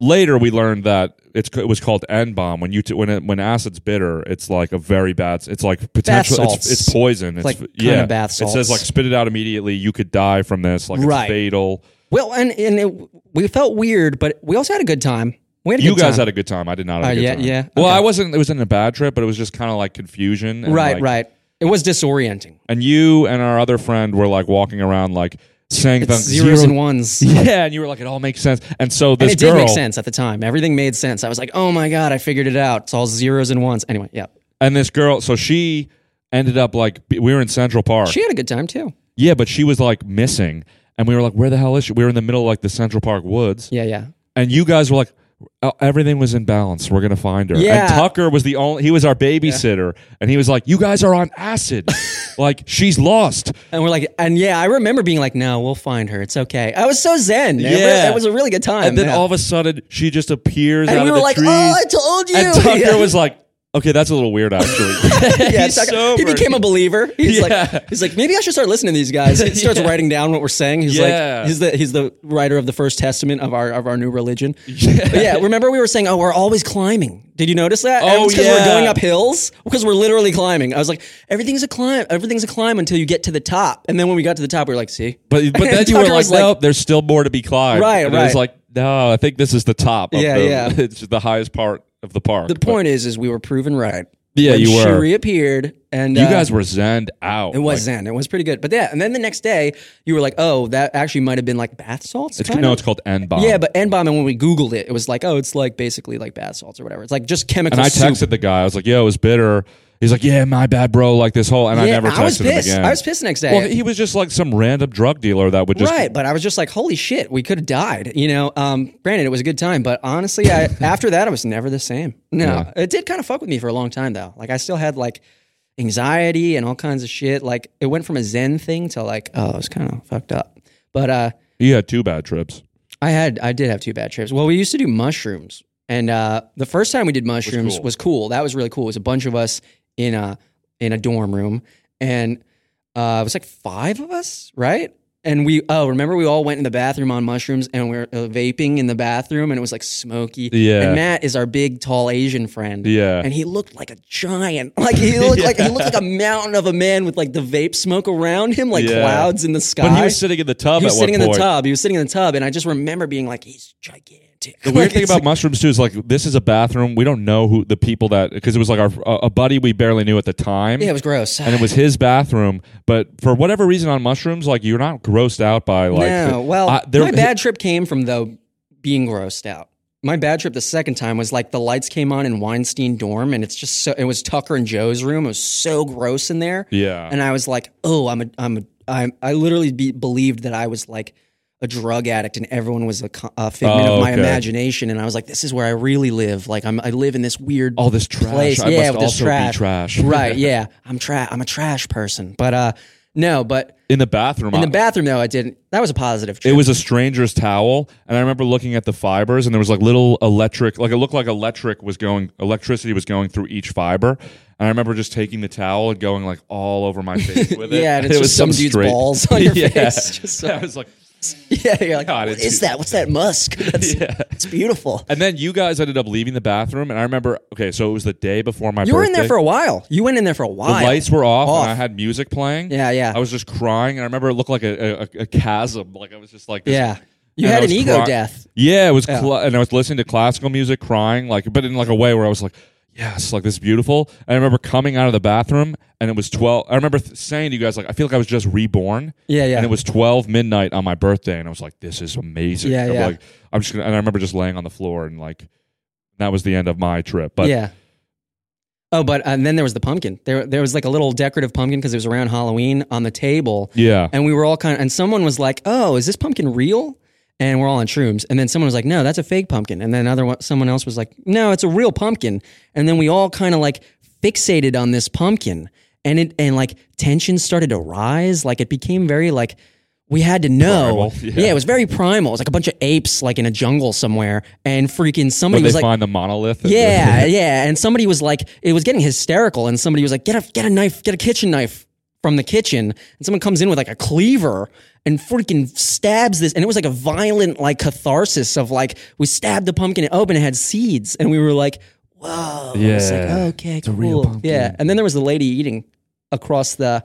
[SPEAKER 2] later we learned that it's it was called N bomb when you t- when it, when acid's bitter, it's like a very bad. It's like potential. It's,
[SPEAKER 1] salts.
[SPEAKER 2] it's poison. It's,
[SPEAKER 1] like kinda
[SPEAKER 2] yeah.
[SPEAKER 1] bath
[SPEAKER 2] It says
[SPEAKER 1] salts.
[SPEAKER 2] like spit it out immediately. You could die from this. Like
[SPEAKER 1] Right.
[SPEAKER 2] it's fatal.
[SPEAKER 1] well, and and it, we felt weird, but we also had a good time. We had a
[SPEAKER 2] You
[SPEAKER 1] good
[SPEAKER 2] guys
[SPEAKER 1] time.
[SPEAKER 2] had a good time. I did not. Have a
[SPEAKER 1] Oh,
[SPEAKER 2] good
[SPEAKER 1] yeah,
[SPEAKER 2] time.
[SPEAKER 1] yeah.
[SPEAKER 2] Well,
[SPEAKER 1] Okay.
[SPEAKER 2] I wasn't. It wasn't a bad trip, but it was just kind of like confusion. and,
[SPEAKER 1] right,
[SPEAKER 2] like,
[SPEAKER 1] right. It was disorienting.
[SPEAKER 2] and you and our other friend were like walking around like saying
[SPEAKER 1] It's
[SPEAKER 2] things
[SPEAKER 1] zeros and ones.
[SPEAKER 2] yeah and you were like it all makes sense and so
[SPEAKER 1] And
[SPEAKER 2] this
[SPEAKER 1] it did
[SPEAKER 2] girl
[SPEAKER 1] make sense at the time. Everything made sense. I was like, "Oh my god, I figured it out." It's all zeros and ones. Anyway, yeah,
[SPEAKER 2] and this girl so she ended up like b- we were in central park
[SPEAKER 1] she had a good time too.
[SPEAKER 2] yeah but she was like missing and we were like where the hell is she we were in the middle of like the central park woods
[SPEAKER 1] Yeah, yeah.
[SPEAKER 2] and you guys were like "Oh, everything was in balance we're gonna find her
[SPEAKER 1] Yeah.
[SPEAKER 2] and tucker was the only he was our babysitter and he was like you guys are on acid like she's lost
[SPEAKER 1] And we're like, and yeah, I remember being like, "No, we'll find her. It's okay." I was so zen. It,
[SPEAKER 2] Yeah.
[SPEAKER 1] re- it was a really good time.
[SPEAKER 2] and then
[SPEAKER 1] yeah.
[SPEAKER 2] all of a sudden she just appears
[SPEAKER 1] and
[SPEAKER 2] out
[SPEAKER 1] we
[SPEAKER 2] of
[SPEAKER 1] were
[SPEAKER 2] the
[SPEAKER 1] like,
[SPEAKER 2] trees
[SPEAKER 1] "Oh, I told you."
[SPEAKER 2] And Tucker
[SPEAKER 1] Yeah.
[SPEAKER 2] was like, okay, that's a little weird, actually.
[SPEAKER 1] yeah,
[SPEAKER 2] He's
[SPEAKER 1] Tucker-
[SPEAKER 2] sober.
[SPEAKER 1] he became a believer. He's
[SPEAKER 2] Yeah.
[SPEAKER 1] like, he's like, maybe I should start listening to these guys. He starts writing down what we're saying. He's
[SPEAKER 2] Yeah.
[SPEAKER 1] like, he's the he's the writer of the first testament of our of our new religion. Yeah, yeah remember we were saying, oh, we're always climbing. Did you notice that?
[SPEAKER 2] Oh,
[SPEAKER 1] because
[SPEAKER 2] yeah.
[SPEAKER 1] we're going up hills because we're literally climbing. I was like, everything's a climb, everything's a climb until you get to the top, and then when we got to the top, we were like, see,
[SPEAKER 2] But, but then
[SPEAKER 1] And
[SPEAKER 2] you were
[SPEAKER 1] Tucker
[SPEAKER 2] like,
[SPEAKER 1] was like-
[SPEAKER 2] nope, there's still more to be climbed.
[SPEAKER 1] Right,
[SPEAKER 2] and It
[SPEAKER 1] right.
[SPEAKER 2] was like, no, I think this is the top. Of
[SPEAKER 1] Yeah,
[SPEAKER 2] the,
[SPEAKER 1] yeah.
[SPEAKER 2] It's the highest part of the park.
[SPEAKER 1] the point is, is we were proven right.
[SPEAKER 2] Yeah,
[SPEAKER 1] When
[SPEAKER 2] you
[SPEAKER 1] She
[SPEAKER 2] were.
[SPEAKER 1] reappeared, and
[SPEAKER 2] But you
[SPEAKER 1] uh,
[SPEAKER 2] guys were zenned out.
[SPEAKER 1] It was Zen. It was pretty good. But yeah, and then the next day, you were like, "Oh, that actually might have been like bath salts."
[SPEAKER 2] It's,
[SPEAKER 1] kind of?
[SPEAKER 2] no, it's called N bomb.
[SPEAKER 1] yeah, but N bomb. And when we Googled it, it was like, "Oh, it's like basically like bath salts or whatever." It's like just chemical
[SPEAKER 2] and I
[SPEAKER 1] soup.
[SPEAKER 2] texted the guy. I was like, yo, it was bitter. He's like, yeah, my bad, bro. Like this whole, and I
[SPEAKER 1] Yeah,
[SPEAKER 2] never texted
[SPEAKER 1] was pissed.
[SPEAKER 2] him again.
[SPEAKER 1] I was pissed the next day.
[SPEAKER 2] Well, he was just like some random drug dealer that would just.
[SPEAKER 1] right, but I was just like, "Holy shit, we could have died." You know. Um, granted, it was a good time, but honestly, I, after that, I was never the same. No, it did kind of fuck with me for a long time though. Like I still had like anxiety and all kinds of shit. Like it went from a Zen thing to like, oh, it was kind of fucked up. But uh,
[SPEAKER 2] He had two bad trips.
[SPEAKER 1] I had I did have two bad trips. Well, we used to do mushrooms, and uh, the first time we did mushrooms was
[SPEAKER 2] cool.
[SPEAKER 1] cool. That was really cool. It was a bunch of us in a in a dorm room, and uh, it was like five of us, right? And we oh remember we all went in the bathroom on mushrooms and we were uh, vaping in the bathroom and it was like smoky.
[SPEAKER 2] Yeah.
[SPEAKER 1] And Matt is our big tall Asian friend.
[SPEAKER 2] Yeah.
[SPEAKER 1] And he looked like a giant. Like he looked like he looked like a mountain of a man with like the vape smoke around him, like
[SPEAKER 2] Yeah.
[SPEAKER 1] clouds in the sky.
[SPEAKER 2] But he was sitting in the tub
[SPEAKER 1] He
[SPEAKER 2] at
[SPEAKER 1] was sitting in
[SPEAKER 2] one
[SPEAKER 1] the
[SPEAKER 2] point.
[SPEAKER 1] tub. He was sitting in the tub, and I just remember being like, "He's gigantic."
[SPEAKER 2] The weird thing about mushrooms too is like this is a bathroom. We don't know who the people that because it was like our a buddy we barely knew at the time,
[SPEAKER 1] yeah, it was gross.
[SPEAKER 2] and it was his bathroom. But for whatever reason on mushrooms, like you're not grossed out by like
[SPEAKER 1] no,
[SPEAKER 2] the-
[SPEAKER 1] well,
[SPEAKER 2] I- there-
[SPEAKER 1] my bad trip came from though being grossed out. My bad trip the second time was like the lights came on in Weinstein dorm, and it's just so it was Tucker and Joe's room. It was so gross in there,
[SPEAKER 2] Yeah,
[SPEAKER 1] and I was like, "Oh, I'm a, I'm a, I'm, I literally be, believed that I was like." A drug addict, and everyone was a, co- a figment
[SPEAKER 2] Oh,
[SPEAKER 1] of my
[SPEAKER 2] okay.
[SPEAKER 1] imagination, and I was like, "This is where I really live. Like, I'm, I live in this weird
[SPEAKER 2] all this trash.
[SPEAKER 1] place.
[SPEAKER 2] I
[SPEAKER 1] yeah,
[SPEAKER 2] must
[SPEAKER 1] with this
[SPEAKER 2] also
[SPEAKER 1] trash.
[SPEAKER 2] be trash.
[SPEAKER 1] right? Yeah, I'm trash. I'm a trash person. But uh, No, but
[SPEAKER 2] In the bathroom.
[SPEAKER 1] in
[SPEAKER 2] I-
[SPEAKER 1] the bathroom though, I didn't. That was a positive.
[SPEAKER 2] it
[SPEAKER 1] Trip.
[SPEAKER 2] was a stranger's towel, and I remember looking at the fibers, and there was like little electric, like it looked like electric was going, electricity was going through each fiber, and I remember just taking the towel and going like all over my face with it.
[SPEAKER 1] yeah, and it's
[SPEAKER 2] it
[SPEAKER 1] just some, dude's
[SPEAKER 2] straight-
[SPEAKER 1] balls on your
[SPEAKER 2] Yeah.
[SPEAKER 1] face. Just so-
[SPEAKER 2] I was like,
[SPEAKER 1] yeah, you're like,
[SPEAKER 2] God,
[SPEAKER 1] what
[SPEAKER 2] it's-
[SPEAKER 1] is that? What's that musk? That's, It's beautiful.
[SPEAKER 2] and then you guys ended up leaving the bathroom, and I remember, okay, so it was the day before my.
[SPEAKER 1] You were in there
[SPEAKER 2] birthday.
[SPEAKER 1] for a while. You went in there for a
[SPEAKER 2] The
[SPEAKER 1] while.
[SPEAKER 2] lights were off,
[SPEAKER 1] Off.
[SPEAKER 2] and I had music playing.
[SPEAKER 1] Yeah, yeah.
[SPEAKER 2] I was just crying, and I remember it looked like a, a, a chasm. Like I was just like, this-
[SPEAKER 1] yeah, you
[SPEAKER 2] and I
[SPEAKER 1] had an
[SPEAKER 2] was
[SPEAKER 1] ego
[SPEAKER 2] cry-
[SPEAKER 1] death.
[SPEAKER 2] Yeah, it was, cla and I was listening to classical music, crying, like, but in like a way where I was like, yes, like this is beautiful. And I remember coming out of the bathroom, and it was twelve. I remember th- saying to you guys, like, I feel like I was just reborn.
[SPEAKER 1] Yeah, yeah.
[SPEAKER 2] And it was twelve midnight on my birthday, and I was like, this is amazing.
[SPEAKER 1] Yeah,
[SPEAKER 2] I'm
[SPEAKER 1] yeah.
[SPEAKER 2] Like, I'm just gonna, and I remember just laying on the floor, and like, that was the end of my trip. But
[SPEAKER 1] yeah. Oh, but and then there was the pumpkin. There, there was like a little decorative pumpkin because it was around Halloween on the table,
[SPEAKER 2] yeah,
[SPEAKER 1] and we were all kind of. And someone was like, "Oh, is this pumpkin real?" And we're all on shrooms. And then someone was like, "No, that's a fake pumpkin." And then other one, someone else was like, "No, it's a real pumpkin." And then we all kind of like fixated on this pumpkin, and it and like tension started to rise. Like it became very like we had to know.
[SPEAKER 2] Primal, yeah.
[SPEAKER 1] yeah, it was very primal. It was like a bunch of apes like in a jungle somewhere, and freaking somebody
[SPEAKER 2] But they
[SPEAKER 1] was like.
[SPEAKER 2] find the monolith. and-
[SPEAKER 1] Yeah, yeah. And somebody was like, it was getting hysterical, and somebody was like, get a get a knife, get a kitchen knife from the kitchen. And someone comes in with like a cleaver and freaking stabs this. And it was like a violent like catharsis of like we stabbed the pumpkin it opened, it had seeds, and we were like, Whoa. Yeah. It was like,
[SPEAKER 2] Yeah.
[SPEAKER 1] okay, cool. Yeah. And then there was the lady eating across the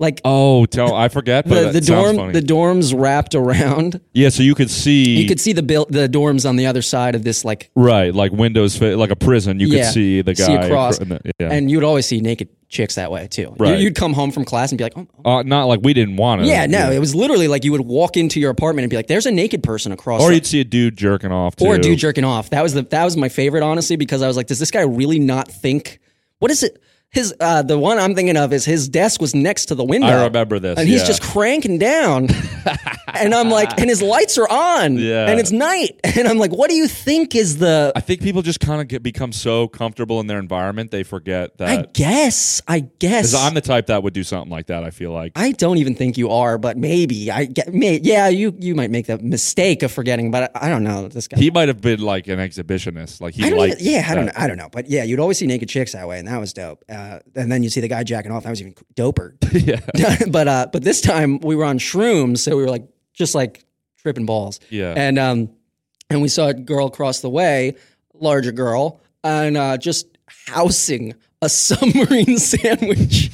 [SPEAKER 1] like
[SPEAKER 2] Oh, tell I forget. But
[SPEAKER 1] the,
[SPEAKER 2] that
[SPEAKER 1] the
[SPEAKER 2] sounds
[SPEAKER 1] dorm
[SPEAKER 2] funny.
[SPEAKER 1] the dorms wrapped around.
[SPEAKER 2] yeah, so you could see.
[SPEAKER 1] You could see the bil- the dorms on the other side of this like
[SPEAKER 2] Right, like windows, fa- like a prison. You
[SPEAKER 1] Yeah,
[SPEAKER 2] could see the guy.
[SPEAKER 1] see across.
[SPEAKER 2] acro- and the- yeah.
[SPEAKER 1] and you'd always see naked chicks that way too. You-
[SPEAKER 2] Right.
[SPEAKER 1] You'd come home from class and be like, oh, oh.
[SPEAKER 2] uh, not like we didn't want to.
[SPEAKER 1] yeah, no, it was literally like you would walk into your apartment and be like, there's a naked person across,
[SPEAKER 2] Or
[SPEAKER 1] the-
[SPEAKER 2] you'd see a dude jerking off. Too.
[SPEAKER 1] or a dude jerking off. That was the that was my favorite honestly because I was like, does this guy really not think? What is it? His uh, the one I'm thinking of is his desk was next to the window.
[SPEAKER 2] I remember this.
[SPEAKER 1] And he's
[SPEAKER 2] yeah.
[SPEAKER 1] just cranking down. and I'm like, and his lights are on.
[SPEAKER 2] Yeah.
[SPEAKER 1] And it's night. And I'm like, what do you think is the
[SPEAKER 2] I think people just kind of get become so comfortable in their environment they forget
[SPEAKER 1] I
[SPEAKER 2] that.
[SPEAKER 1] guess. I guess.
[SPEAKER 2] Because I'm the type that would do something like that. I feel like.
[SPEAKER 1] I don't even think you are, but maybe I get. May, yeah, you you might make the mistake of forgetting, but I, I don't know this guy.
[SPEAKER 2] he might have been like an exhibitionist. Like he
[SPEAKER 1] I don't
[SPEAKER 2] liked.
[SPEAKER 1] even, yeah, I don't know.
[SPEAKER 2] that.
[SPEAKER 1] I don't know, but yeah, you'd always see naked chicks that way, and that was dope. Uh, and then you see the guy jacking off. That was even doper.
[SPEAKER 2] yeah.
[SPEAKER 1] but uh, but this time we were on shrooms, so we were like just like tripping balls.
[SPEAKER 2] Yeah.
[SPEAKER 1] And um, and we saw a girl cross the way, larger girl, and uh, just housing a submarine sandwich,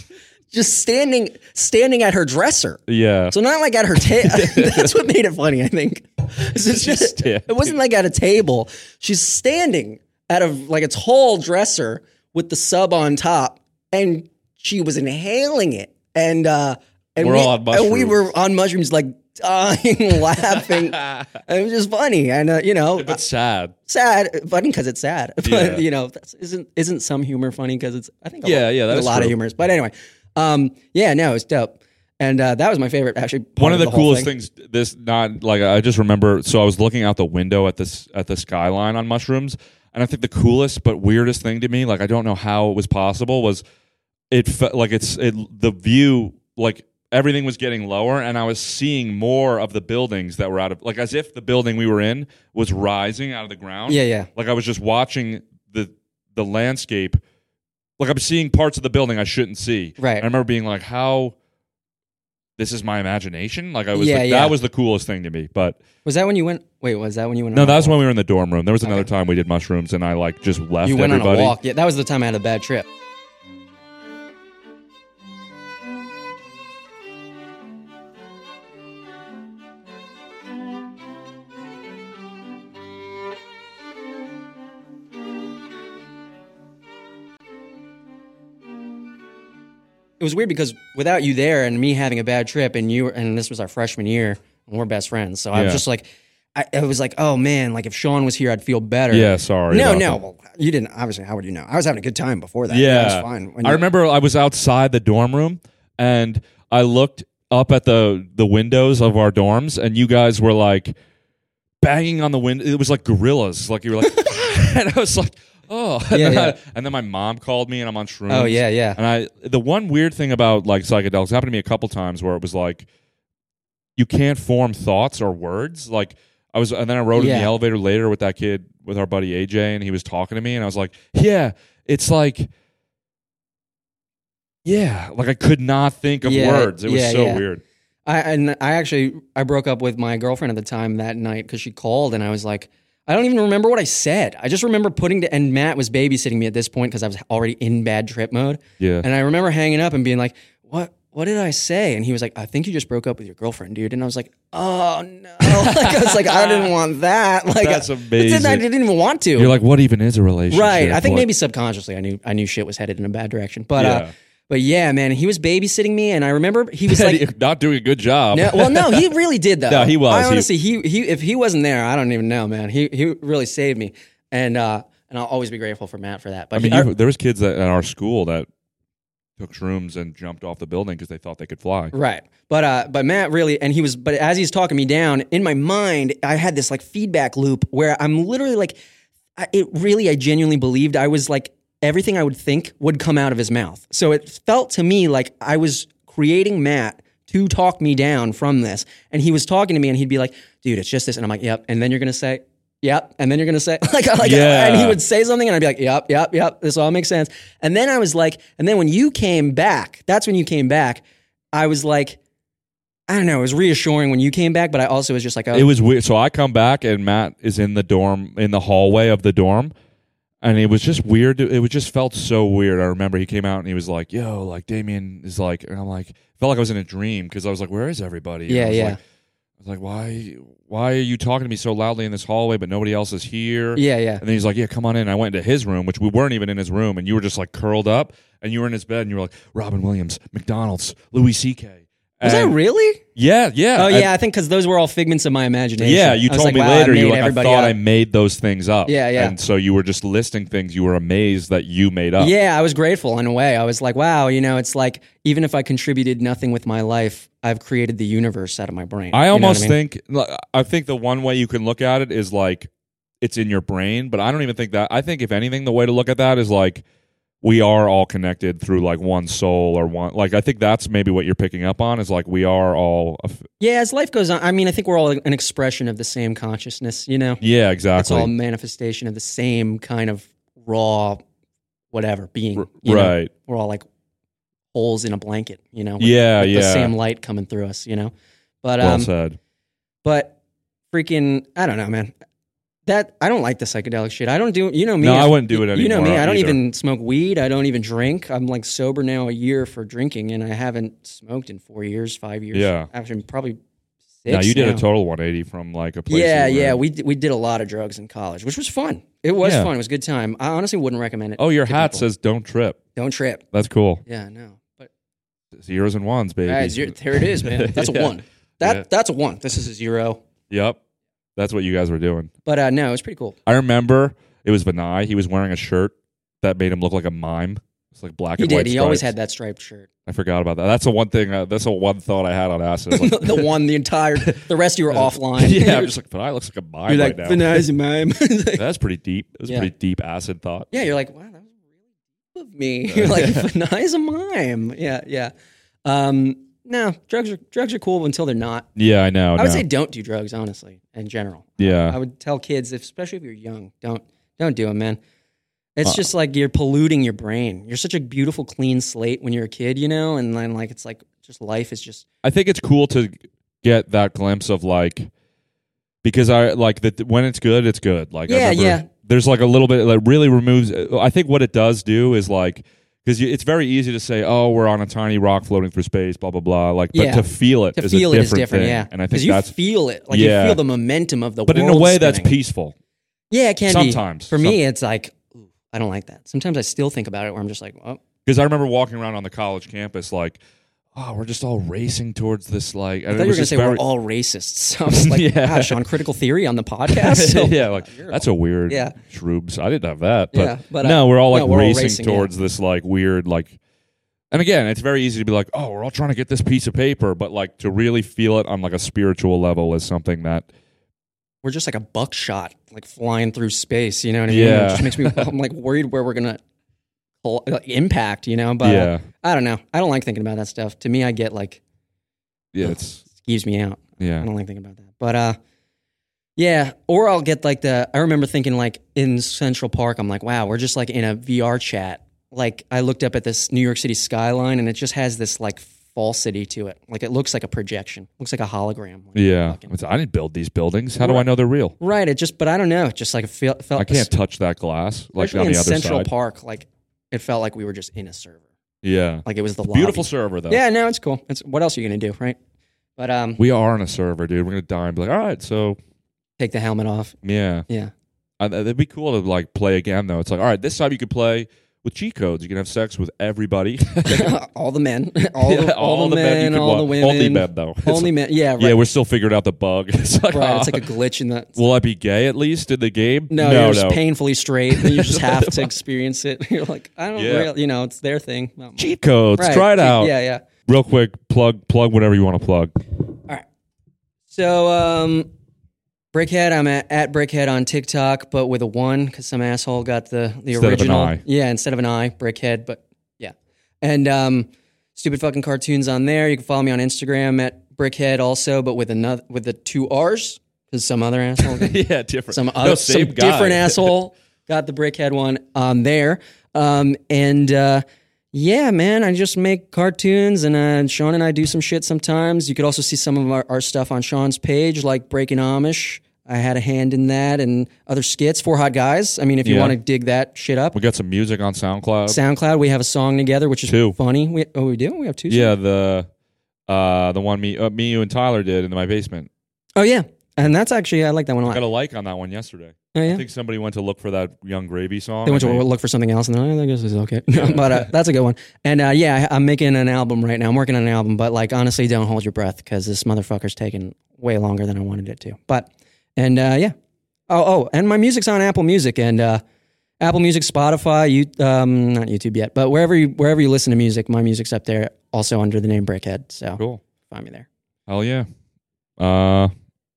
[SPEAKER 1] just standing standing at her dresser.
[SPEAKER 2] Yeah.
[SPEAKER 1] So not like at her table. That's what made it funny, I think. It's just-
[SPEAKER 2] standing.
[SPEAKER 1] it wasn't like at a table. She's standing at a like a tall dresser with the sub on top, and she was inhaling it. And uh, and
[SPEAKER 2] We're
[SPEAKER 1] we,
[SPEAKER 2] all on
[SPEAKER 1] and we
[SPEAKER 2] mushrooms.
[SPEAKER 1] were on mushrooms, like dying, laughing. it was just funny, and uh, you know,
[SPEAKER 2] but sad.
[SPEAKER 1] sad, funny because it's sad. But
[SPEAKER 2] Yeah.
[SPEAKER 1] you know, that's, isn't isn't some humor funny because it's I think a
[SPEAKER 2] Yeah,
[SPEAKER 1] lot,
[SPEAKER 2] yeah, that
[SPEAKER 1] a
[SPEAKER 2] is
[SPEAKER 1] lot of
[SPEAKER 2] true.
[SPEAKER 1] humors. But anyway, um, yeah, no, it's dope, and uh, that was my favorite actually. part
[SPEAKER 2] one of the,
[SPEAKER 1] whole
[SPEAKER 2] coolest
[SPEAKER 1] thing.
[SPEAKER 2] things this not like i just remember so i was looking out the window at this at the skyline on mushrooms and i think the coolest but weirdest thing to me like i don't know how it was possible was it felt like it's it the view like everything was getting lower and i was seeing more of the buildings that were out of like as if the building we were in was rising out of the ground
[SPEAKER 1] Yeah, yeah.
[SPEAKER 2] like i was just watching the the landscape like i'm seeing parts of the building i shouldn't see
[SPEAKER 1] Right.
[SPEAKER 2] And i remember being like how this is my imagination like i was
[SPEAKER 1] Yeah,
[SPEAKER 2] like,
[SPEAKER 1] yeah.
[SPEAKER 2] that was the coolest thing to me but
[SPEAKER 1] Was that when you went? Wait, was that when you went?
[SPEAKER 2] no
[SPEAKER 1] on a
[SPEAKER 2] that was
[SPEAKER 1] walk?
[SPEAKER 2] when we were in the dorm room there was another time we did mushrooms and i like just left
[SPEAKER 1] you went
[SPEAKER 2] everybody
[SPEAKER 1] on a walk. Yeah, that was the time I had a bad trip. It was weird because without you there and me having a bad trip, and you were- and this was our freshman year, and we're best friends. So I
[SPEAKER 2] Yeah.
[SPEAKER 1] was just like, I, I was like, oh man, like if Sean was here, I'd feel better.
[SPEAKER 2] yeah sorry
[SPEAKER 1] No,
[SPEAKER 2] about
[SPEAKER 1] no.
[SPEAKER 2] that.
[SPEAKER 1] Well, you didn't. Obviously, how would you know? I was having a good time before that.
[SPEAKER 2] Yeah,
[SPEAKER 1] it was fine. When
[SPEAKER 2] I
[SPEAKER 1] you-
[SPEAKER 2] remember I was outside the dorm room and I looked up at the the windows of our dorms, and you guys were like banging on the window. It was like gorillas. Like you were like, and I was like, oh, and,
[SPEAKER 1] Yeah,
[SPEAKER 2] then
[SPEAKER 1] yeah.
[SPEAKER 2] I- and then my mom called me, and I'm on shrooms.
[SPEAKER 1] Oh yeah, yeah.
[SPEAKER 2] And I, the one weird thing about like psychedelics happened to me a couple times where it was like, you can't form thoughts or words. Like I was, and then I rode in
[SPEAKER 1] Yeah.
[SPEAKER 2] the elevator later with that kid, with our buddy AJ, and he was talking to me, and I was like, yeah, it's like, yeah, like I could not think of
[SPEAKER 1] Yeah,
[SPEAKER 2] words. It was
[SPEAKER 1] yeah,
[SPEAKER 2] so
[SPEAKER 1] yeah.
[SPEAKER 2] weird.
[SPEAKER 1] I and I actually I broke up with my girlfriend at the time that night because she called and I was like, I don't even remember what I said. I just remember putting to and Matt was babysitting me at this point because I was already in bad trip mode.
[SPEAKER 2] Yeah.
[SPEAKER 1] And I remember hanging up and being like, What what did I say? And he was like, I think you just broke up with your girlfriend, dude. And I was like, Oh no. like I was like, I didn't want that. Like
[SPEAKER 2] That's
[SPEAKER 1] I- I didn't, I
[SPEAKER 2] amazing.
[SPEAKER 1] didn't even want to.
[SPEAKER 2] You're like, what even is a relationship?
[SPEAKER 1] Right. I think
[SPEAKER 2] Like-
[SPEAKER 1] maybe subconsciously I knew I knew shit was headed in a bad direction. But
[SPEAKER 2] Yeah.
[SPEAKER 1] uh but yeah, man, he was babysitting me and I remember he was like
[SPEAKER 2] not doing a good job.
[SPEAKER 1] no, well, no, he really did though.
[SPEAKER 2] No, he was.
[SPEAKER 1] I
[SPEAKER 2] He-
[SPEAKER 1] honestly, he, he if he wasn't there, I don't even know, man. He he really saved me, and uh, and I'll always be grateful for Matt for that. But
[SPEAKER 2] I mean,
[SPEAKER 1] he-
[SPEAKER 2] you, there was kids at, at our school that took shrooms and jumped off the building because they thought they could fly.
[SPEAKER 1] Right. But uh but Matt really and he was but as he's talking me down in my mind I had this like feedback loop where I'm literally like I, it really I genuinely believed I was like everything I would think would come out of his mouth. So it felt to me like I was creating Matt to talk me down from this and he was talking to me and he'd be like dude it's just this and I'm like yep and then you're going to say Yep, and then you're gonna say like, like
[SPEAKER 2] Yeah.
[SPEAKER 1] and he would say something, and I'd be like, "Yep, yep, yep, this all makes sense." And then I was like, and then when you came back, that's when you came back. I was like, I don't know, it was reassuring when you came back, but I also was just like, oh,
[SPEAKER 2] It was weird. So I come back and Matt is in the dorm, in the hallway of the dorm. And it was just weird. It was just felt so weird. I remember he came out and he was like, yo, like Damien is like, and I'm like, felt like I was in a dream because I was like, where is everybody? And
[SPEAKER 1] Yeah,
[SPEAKER 2] I was
[SPEAKER 1] yeah.
[SPEAKER 2] Like, I was like, why, why are you talking to me so loudly in this hallway, but nobody else is here?
[SPEAKER 1] yeah, yeah,
[SPEAKER 2] And then he's like, "Yeah, come on in." I went into his room, which we weren't even in his room, and you were just like curled up, and you were in his bed, and you were like, "Robin Williams, McDonald's, Louis C.K."
[SPEAKER 1] was that
[SPEAKER 2] And-
[SPEAKER 1] really?
[SPEAKER 2] Yeah, yeah.
[SPEAKER 1] Oh
[SPEAKER 2] I-
[SPEAKER 1] yeah, I, think because those were all figments of my imagination.
[SPEAKER 2] yeah. You
[SPEAKER 1] I was like,
[SPEAKER 2] told me
[SPEAKER 1] wow,
[SPEAKER 2] later.
[SPEAKER 1] I
[SPEAKER 2] you
[SPEAKER 1] made
[SPEAKER 2] were like, I
[SPEAKER 1] everybody up.
[SPEAKER 2] thought I made those things up.
[SPEAKER 1] Yeah, yeah.
[SPEAKER 2] And so you were just listing things you were amazed that you made up.
[SPEAKER 1] Yeah, I was grateful in a way. I was like, wow, you know, it's like even if I contributed nothing with my life, I've created the universe out of my brain. You
[SPEAKER 2] I
[SPEAKER 1] know what
[SPEAKER 2] almost
[SPEAKER 1] mean?
[SPEAKER 2] think like, I think the one way you can look at it is like it's in your brain, but I don't even think that. I think if anything, the way to look at that is like we are all connected through like one soul or one. Like I think that's maybe what you're picking up on is like we are all. a f-
[SPEAKER 1] Yeah, as life goes on, I mean, I think we're all an expression of the same consciousness. You know,
[SPEAKER 2] yeah,
[SPEAKER 1] it's all a
[SPEAKER 2] exactly.
[SPEAKER 1] manifestation of the same kind of raw, whatever being.
[SPEAKER 2] R-
[SPEAKER 1] you know?
[SPEAKER 2] right.
[SPEAKER 1] we're all like holes in a blanket, you know. with-
[SPEAKER 2] Yeah,
[SPEAKER 1] with The
[SPEAKER 2] yeah.
[SPEAKER 1] same light coming through us, you know. But
[SPEAKER 2] well
[SPEAKER 1] um,
[SPEAKER 2] said.
[SPEAKER 1] but freaking, I don't know, man. That I don't like the psychedelic shit. I don't do, you know me.
[SPEAKER 2] No, I wouldn't do it
[SPEAKER 1] You know me.
[SPEAKER 2] anymore
[SPEAKER 1] I don't
[SPEAKER 2] either.
[SPEAKER 1] even smoke weed. I don't even drink. I'm like sober now a year for drinking, and I haven't smoked in four years, five years.
[SPEAKER 2] Yeah.
[SPEAKER 1] actually probably six.
[SPEAKER 2] Now you did a
[SPEAKER 1] now.
[SPEAKER 2] total 180 from like a place.
[SPEAKER 1] Yeah,
[SPEAKER 2] you were
[SPEAKER 1] yeah.
[SPEAKER 2] in.
[SPEAKER 1] We d- we did a lot of drugs in college, which was fun. It was
[SPEAKER 2] Yeah.
[SPEAKER 1] fun. It was a good time. I honestly wouldn't recommend it.
[SPEAKER 2] oh, your
[SPEAKER 1] to
[SPEAKER 2] hat
[SPEAKER 1] people.
[SPEAKER 2] says "Don't trip."
[SPEAKER 1] Don't trip.
[SPEAKER 2] That's cool.
[SPEAKER 1] Yeah, no. But
[SPEAKER 2] Zeros and ones, baby.
[SPEAKER 1] Guys, you're- there it is, man. That's a
[SPEAKER 2] Yeah.
[SPEAKER 1] one. That
[SPEAKER 2] Yeah.
[SPEAKER 1] that's a one. This is a zero.
[SPEAKER 2] Yep, that's what you guys were doing.
[SPEAKER 1] But uh, no, it's pretty cool.
[SPEAKER 2] I remember it was Vinay. He was wearing a shirt that made him look like a mime. It's like black
[SPEAKER 1] He
[SPEAKER 2] and white.
[SPEAKER 1] did. He always
[SPEAKER 2] stripes.
[SPEAKER 1] had that striped shirt.
[SPEAKER 2] I forgot about that. That's the one thing. Uh, that's the one thought I had on acid. Like,
[SPEAKER 1] the one, the entire, the rest of you were offline.
[SPEAKER 2] yeah, I'm just like Vinay looks like a mime
[SPEAKER 1] you're
[SPEAKER 2] right
[SPEAKER 1] like
[SPEAKER 2] now.
[SPEAKER 1] "Vanessa, ma'am." It's like-
[SPEAKER 2] That's pretty deep. That was a
[SPEAKER 1] Yeah.
[SPEAKER 2] pretty deep acid thought.
[SPEAKER 1] yeah, you're like, wow, that was really of me. You're like, Vanessa's a mime. Yeah, yeah. Um, no, drugs are drugs are cool until they're not.
[SPEAKER 2] Yeah, I know.
[SPEAKER 1] I would
[SPEAKER 2] Oh, no.
[SPEAKER 1] say don't do drugs, honestly, in general.
[SPEAKER 2] Yeah.
[SPEAKER 1] I would tell kids, if- especially if you're young, don't don't do it, man. It's just like you're polluting your brain. You're such a beautiful, clean slate when you're a kid, you know, and then like it's like just life is just
[SPEAKER 2] I think it's cool to get that glimpse of like because I like that when it's good, it's good. Like I
[SPEAKER 1] Yeah,
[SPEAKER 2] remember
[SPEAKER 1] yeah.
[SPEAKER 2] There's like a little bit that really removes. I think what it does do is like because it's very easy to say, oh, we're on a tiny rock floating through space, blah blah blah. Like, but
[SPEAKER 1] Yeah.
[SPEAKER 2] to feel it
[SPEAKER 1] to
[SPEAKER 2] is
[SPEAKER 1] feel
[SPEAKER 2] a
[SPEAKER 1] it
[SPEAKER 2] different
[SPEAKER 1] is different,
[SPEAKER 2] thing.
[SPEAKER 1] yeah.
[SPEAKER 2] And I
[SPEAKER 1] 'Cause
[SPEAKER 2] think
[SPEAKER 1] you
[SPEAKER 2] that's
[SPEAKER 1] feel it, like
[SPEAKER 2] Yeah.
[SPEAKER 1] you feel the momentum of the.
[SPEAKER 2] but in a
[SPEAKER 1] world
[SPEAKER 2] way that's
[SPEAKER 1] spinning.
[SPEAKER 2] peaceful.
[SPEAKER 1] yeah, it can be.
[SPEAKER 2] Sometimes.
[SPEAKER 1] for me, it's like ooh, I don't like that. Sometimes I still think about it, where I'm just like, oh,
[SPEAKER 2] Because I remember walking around on the college campus like. Oh, we're just all racing towards this like.
[SPEAKER 1] I thought you were gonna say we're all racists. I was like,
[SPEAKER 2] Yeah.
[SPEAKER 1] gosh, on critical theory on the podcast. So,
[SPEAKER 2] yeah, like that's a weird
[SPEAKER 1] Yeah.
[SPEAKER 2] shrubs. I didn't have that, but,
[SPEAKER 1] Yeah, but, uh,
[SPEAKER 2] no, we're all like
[SPEAKER 1] no, we're all
[SPEAKER 2] racing,
[SPEAKER 1] racing, yeah.
[SPEAKER 2] towards this like weird like. And again, it's very easy to be like, oh, we're all trying to get this piece of paper, but like to really feel it on like a spiritual level is something that
[SPEAKER 1] we're just like a buckshot, like flying through space. You know what I mean?
[SPEAKER 2] Yeah.
[SPEAKER 1] It just makes me. I'm like worried where we're gonna pull- like, impact. You know, but uh,
[SPEAKER 2] yeah,
[SPEAKER 1] I don't know. I don't like thinking about that stuff. To me, I get like
[SPEAKER 2] yeah, it's
[SPEAKER 1] gives me out. I
[SPEAKER 2] yeah,
[SPEAKER 1] don't like thinking about that. But uh yeah, or I'll get like the I remember thinking like in Central Park, I'm like, wow, we're just like in a VR chat. Like I looked up at this New York City skyline and it just has this like falsity to it. Like it looks like a projection. Looks like a hologram. Like,
[SPEAKER 2] yeah.
[SPEAKER 1] fucking-
[SPEAKER 2] It's, I didn't build these buildings. How do I know they're real?
[SPEAKER 1] Right, it just but I don't know, it just like feel, felt
[SPEAKER 2] I can't touch that glass like
[SPEAKER 1] especially
[SPEAKER 2] on
[SPEAKER 1] in
[SPEAKER 2] the other
[SPEAKER 1] Central
[SPEAKER 2] side.
[SPEAKER 1] Park, like it felt like we were just in a server.
[SPEAKER 2] Yeah,
[SPEAKER 1] Like it was the lobby.
[SPEAKER 2] beautiful server though.
[SPEAKER 1] Yeah, no, it's cool. It's what else are you gonna do, right? But um
[SPEAKER 2] we are on a server, dude. We're gonna die and be like, all right, so
[SPEAKER 1] take the helmet off.
[SPEAKER 2] yeah.
[SPEAKER 1] Yeah.
[SPEAKER 2] I, it'd be cool to like play again though. It's like, all right, this time you could play with cheat codes. You can have sex with everybody.
[SPEAKER 1] all the men, all,
[SPEAKER 2] Yeah,
[SPEAKER 1] the, all, the men,
[SPEAKER 2] you could
[SPEAKER 1] all the
[SPEAKER 2] want.
[SPEAKER 1] women,
[SPEAKER 2] Only men though. It's
[SPEAKER 1] Only
[SPEAKER 2] like-
[SPEAKER 1] men. Yeah, right.
[SPEAKER 2] Yeah, we're still figuring out the bug. It's like,
[SPEAKER 1] right. It's
[SPEAKER 2] ah,
[SPEAKER 1] like a glitch in the.
[SPEAKER 2] will I be gay at least in the game?
[SPEAKER 1] No,
[SPEAKER 2] no,
[SPEAKER 1] you're just painfully straight, and you just have to experience it. You're like, I don't
[SPEAKER 2] Yeah.
[SPEAKER 1] really, you know, it's their thing. not mine.
[SPEAKER 2] Cheat codes.
[SPEAKER 1] Right.
[SPEAKER 2] Try it out.
[SPEAKER 1] Yeah, yeah.
[SPEAKER 2] Real quick, plug plug whatever you want to plug.
[SPEAKER 1] So, um, Brickhead, I'm at, at Brickhead on TikTok, but with a one because some asshole got the the
[SPEAKER 2] Instead of an
[SPEAKER 1] original.
[SPEAKER 2] I.
[SPEAKER 1] Yeah, instead of an I, Brickhead, but yeah. And um, stupid fucking cartoons on there. You can follow me on Instagram at Brickhead also, but with another with the two R's because some other asshole. got-
[SPEAKER 2] yeah, different.
[SPEAKER 1] some other some different asshole got the brickhead one on there. Um, and uh, yeah, man, I just make cartoons, and uh, Sean and I do some shit sometimes. You could also see some of our, our stuff on Sean's page, like Breaking Amish. I had a hand in that, and other skits. Four Hot Guys. I mean, if you
[SPEAKER 2] Yeah.
[SPEAKER 1] want to dig that shit up,
[SPEAKER 2] We got some music on SoundCloud.
[SPEAKER 1] SoundCloud. We have a song together, which is
[SPEAKER 2] Two.
[SPEAKER 1] funny. We, oh, we do. We have two. songs?
[SPEAKER 2] yeah, the uh, the one me uh, me you and Tyler did in my basement.
[SPEAKER 1] Oh yeah, and that's actually I like that one a lot.
[SPEAKER 2] Got a like on that one yesterday.
[SPEAKER 1] Oh,
[SPEAKER 2] I
[SPEAKER 1] yeah.
[SPEAKER 2] think somebody went to look for that Young Gravy song.
[SPEAKER 1] They went to
[SPEAKER 2] I think.
[SPEAKER 1] look for something else, and they're like, "Oh, I guess this is okay. but uh, that's a good one. And uh, yeah, I, I'm making an album right now. I'm working on an album, but like honestly, don't hold your breath because this motherfucker's taking way longer than I wanted it to. But and uh, yeah, oh oh, and my music's on Apple Music and uh, Apple Music, Spotify, you um, not YouTube yet, but wherever you wherever you listen to music, my music's up there, also under the name Brickhead. So
[SPEAKER 2] Cool.
[SPEAKER 1] find me there.
[SPEAKER 2] Hell yeah. Uh,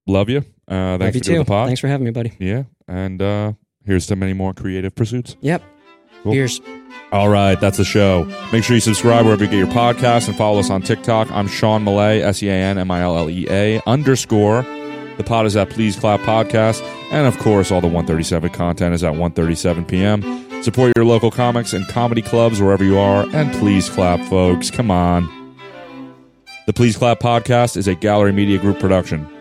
[SPEAKER 2] love you. Uh,
[SPEAKER 1] Love
[SPEAKER 2] thanks
[SPEAKER 1] you
[SPEAKER 2] for doing
[SPEAKER 1] too.
[SPEAKER 2] the pod.
[SPEAKER 1] Thanks for having me, buddy.
[SPEAKER 2] Yeah, and uh, here's to many more creative pursuits.
[SPEAKER 1] Yep.
[SPEAKER 2] Cool.
[SPEAKER 1] Cheers.
[SPEAKER 2] All right, that's the show. Make sure you subscribe wherever you get your podcast and follow us on TikTok. I'm Sean Millay, S E A N M I L L E A underscore. The pod is at Please Clap Podcast. And of course, all the 137 content is at 137 p.m. Support your local comics and comedy clubs wherever you are. And please clap, folks. Come on. The Please Clap Podcast is a gallery media group production.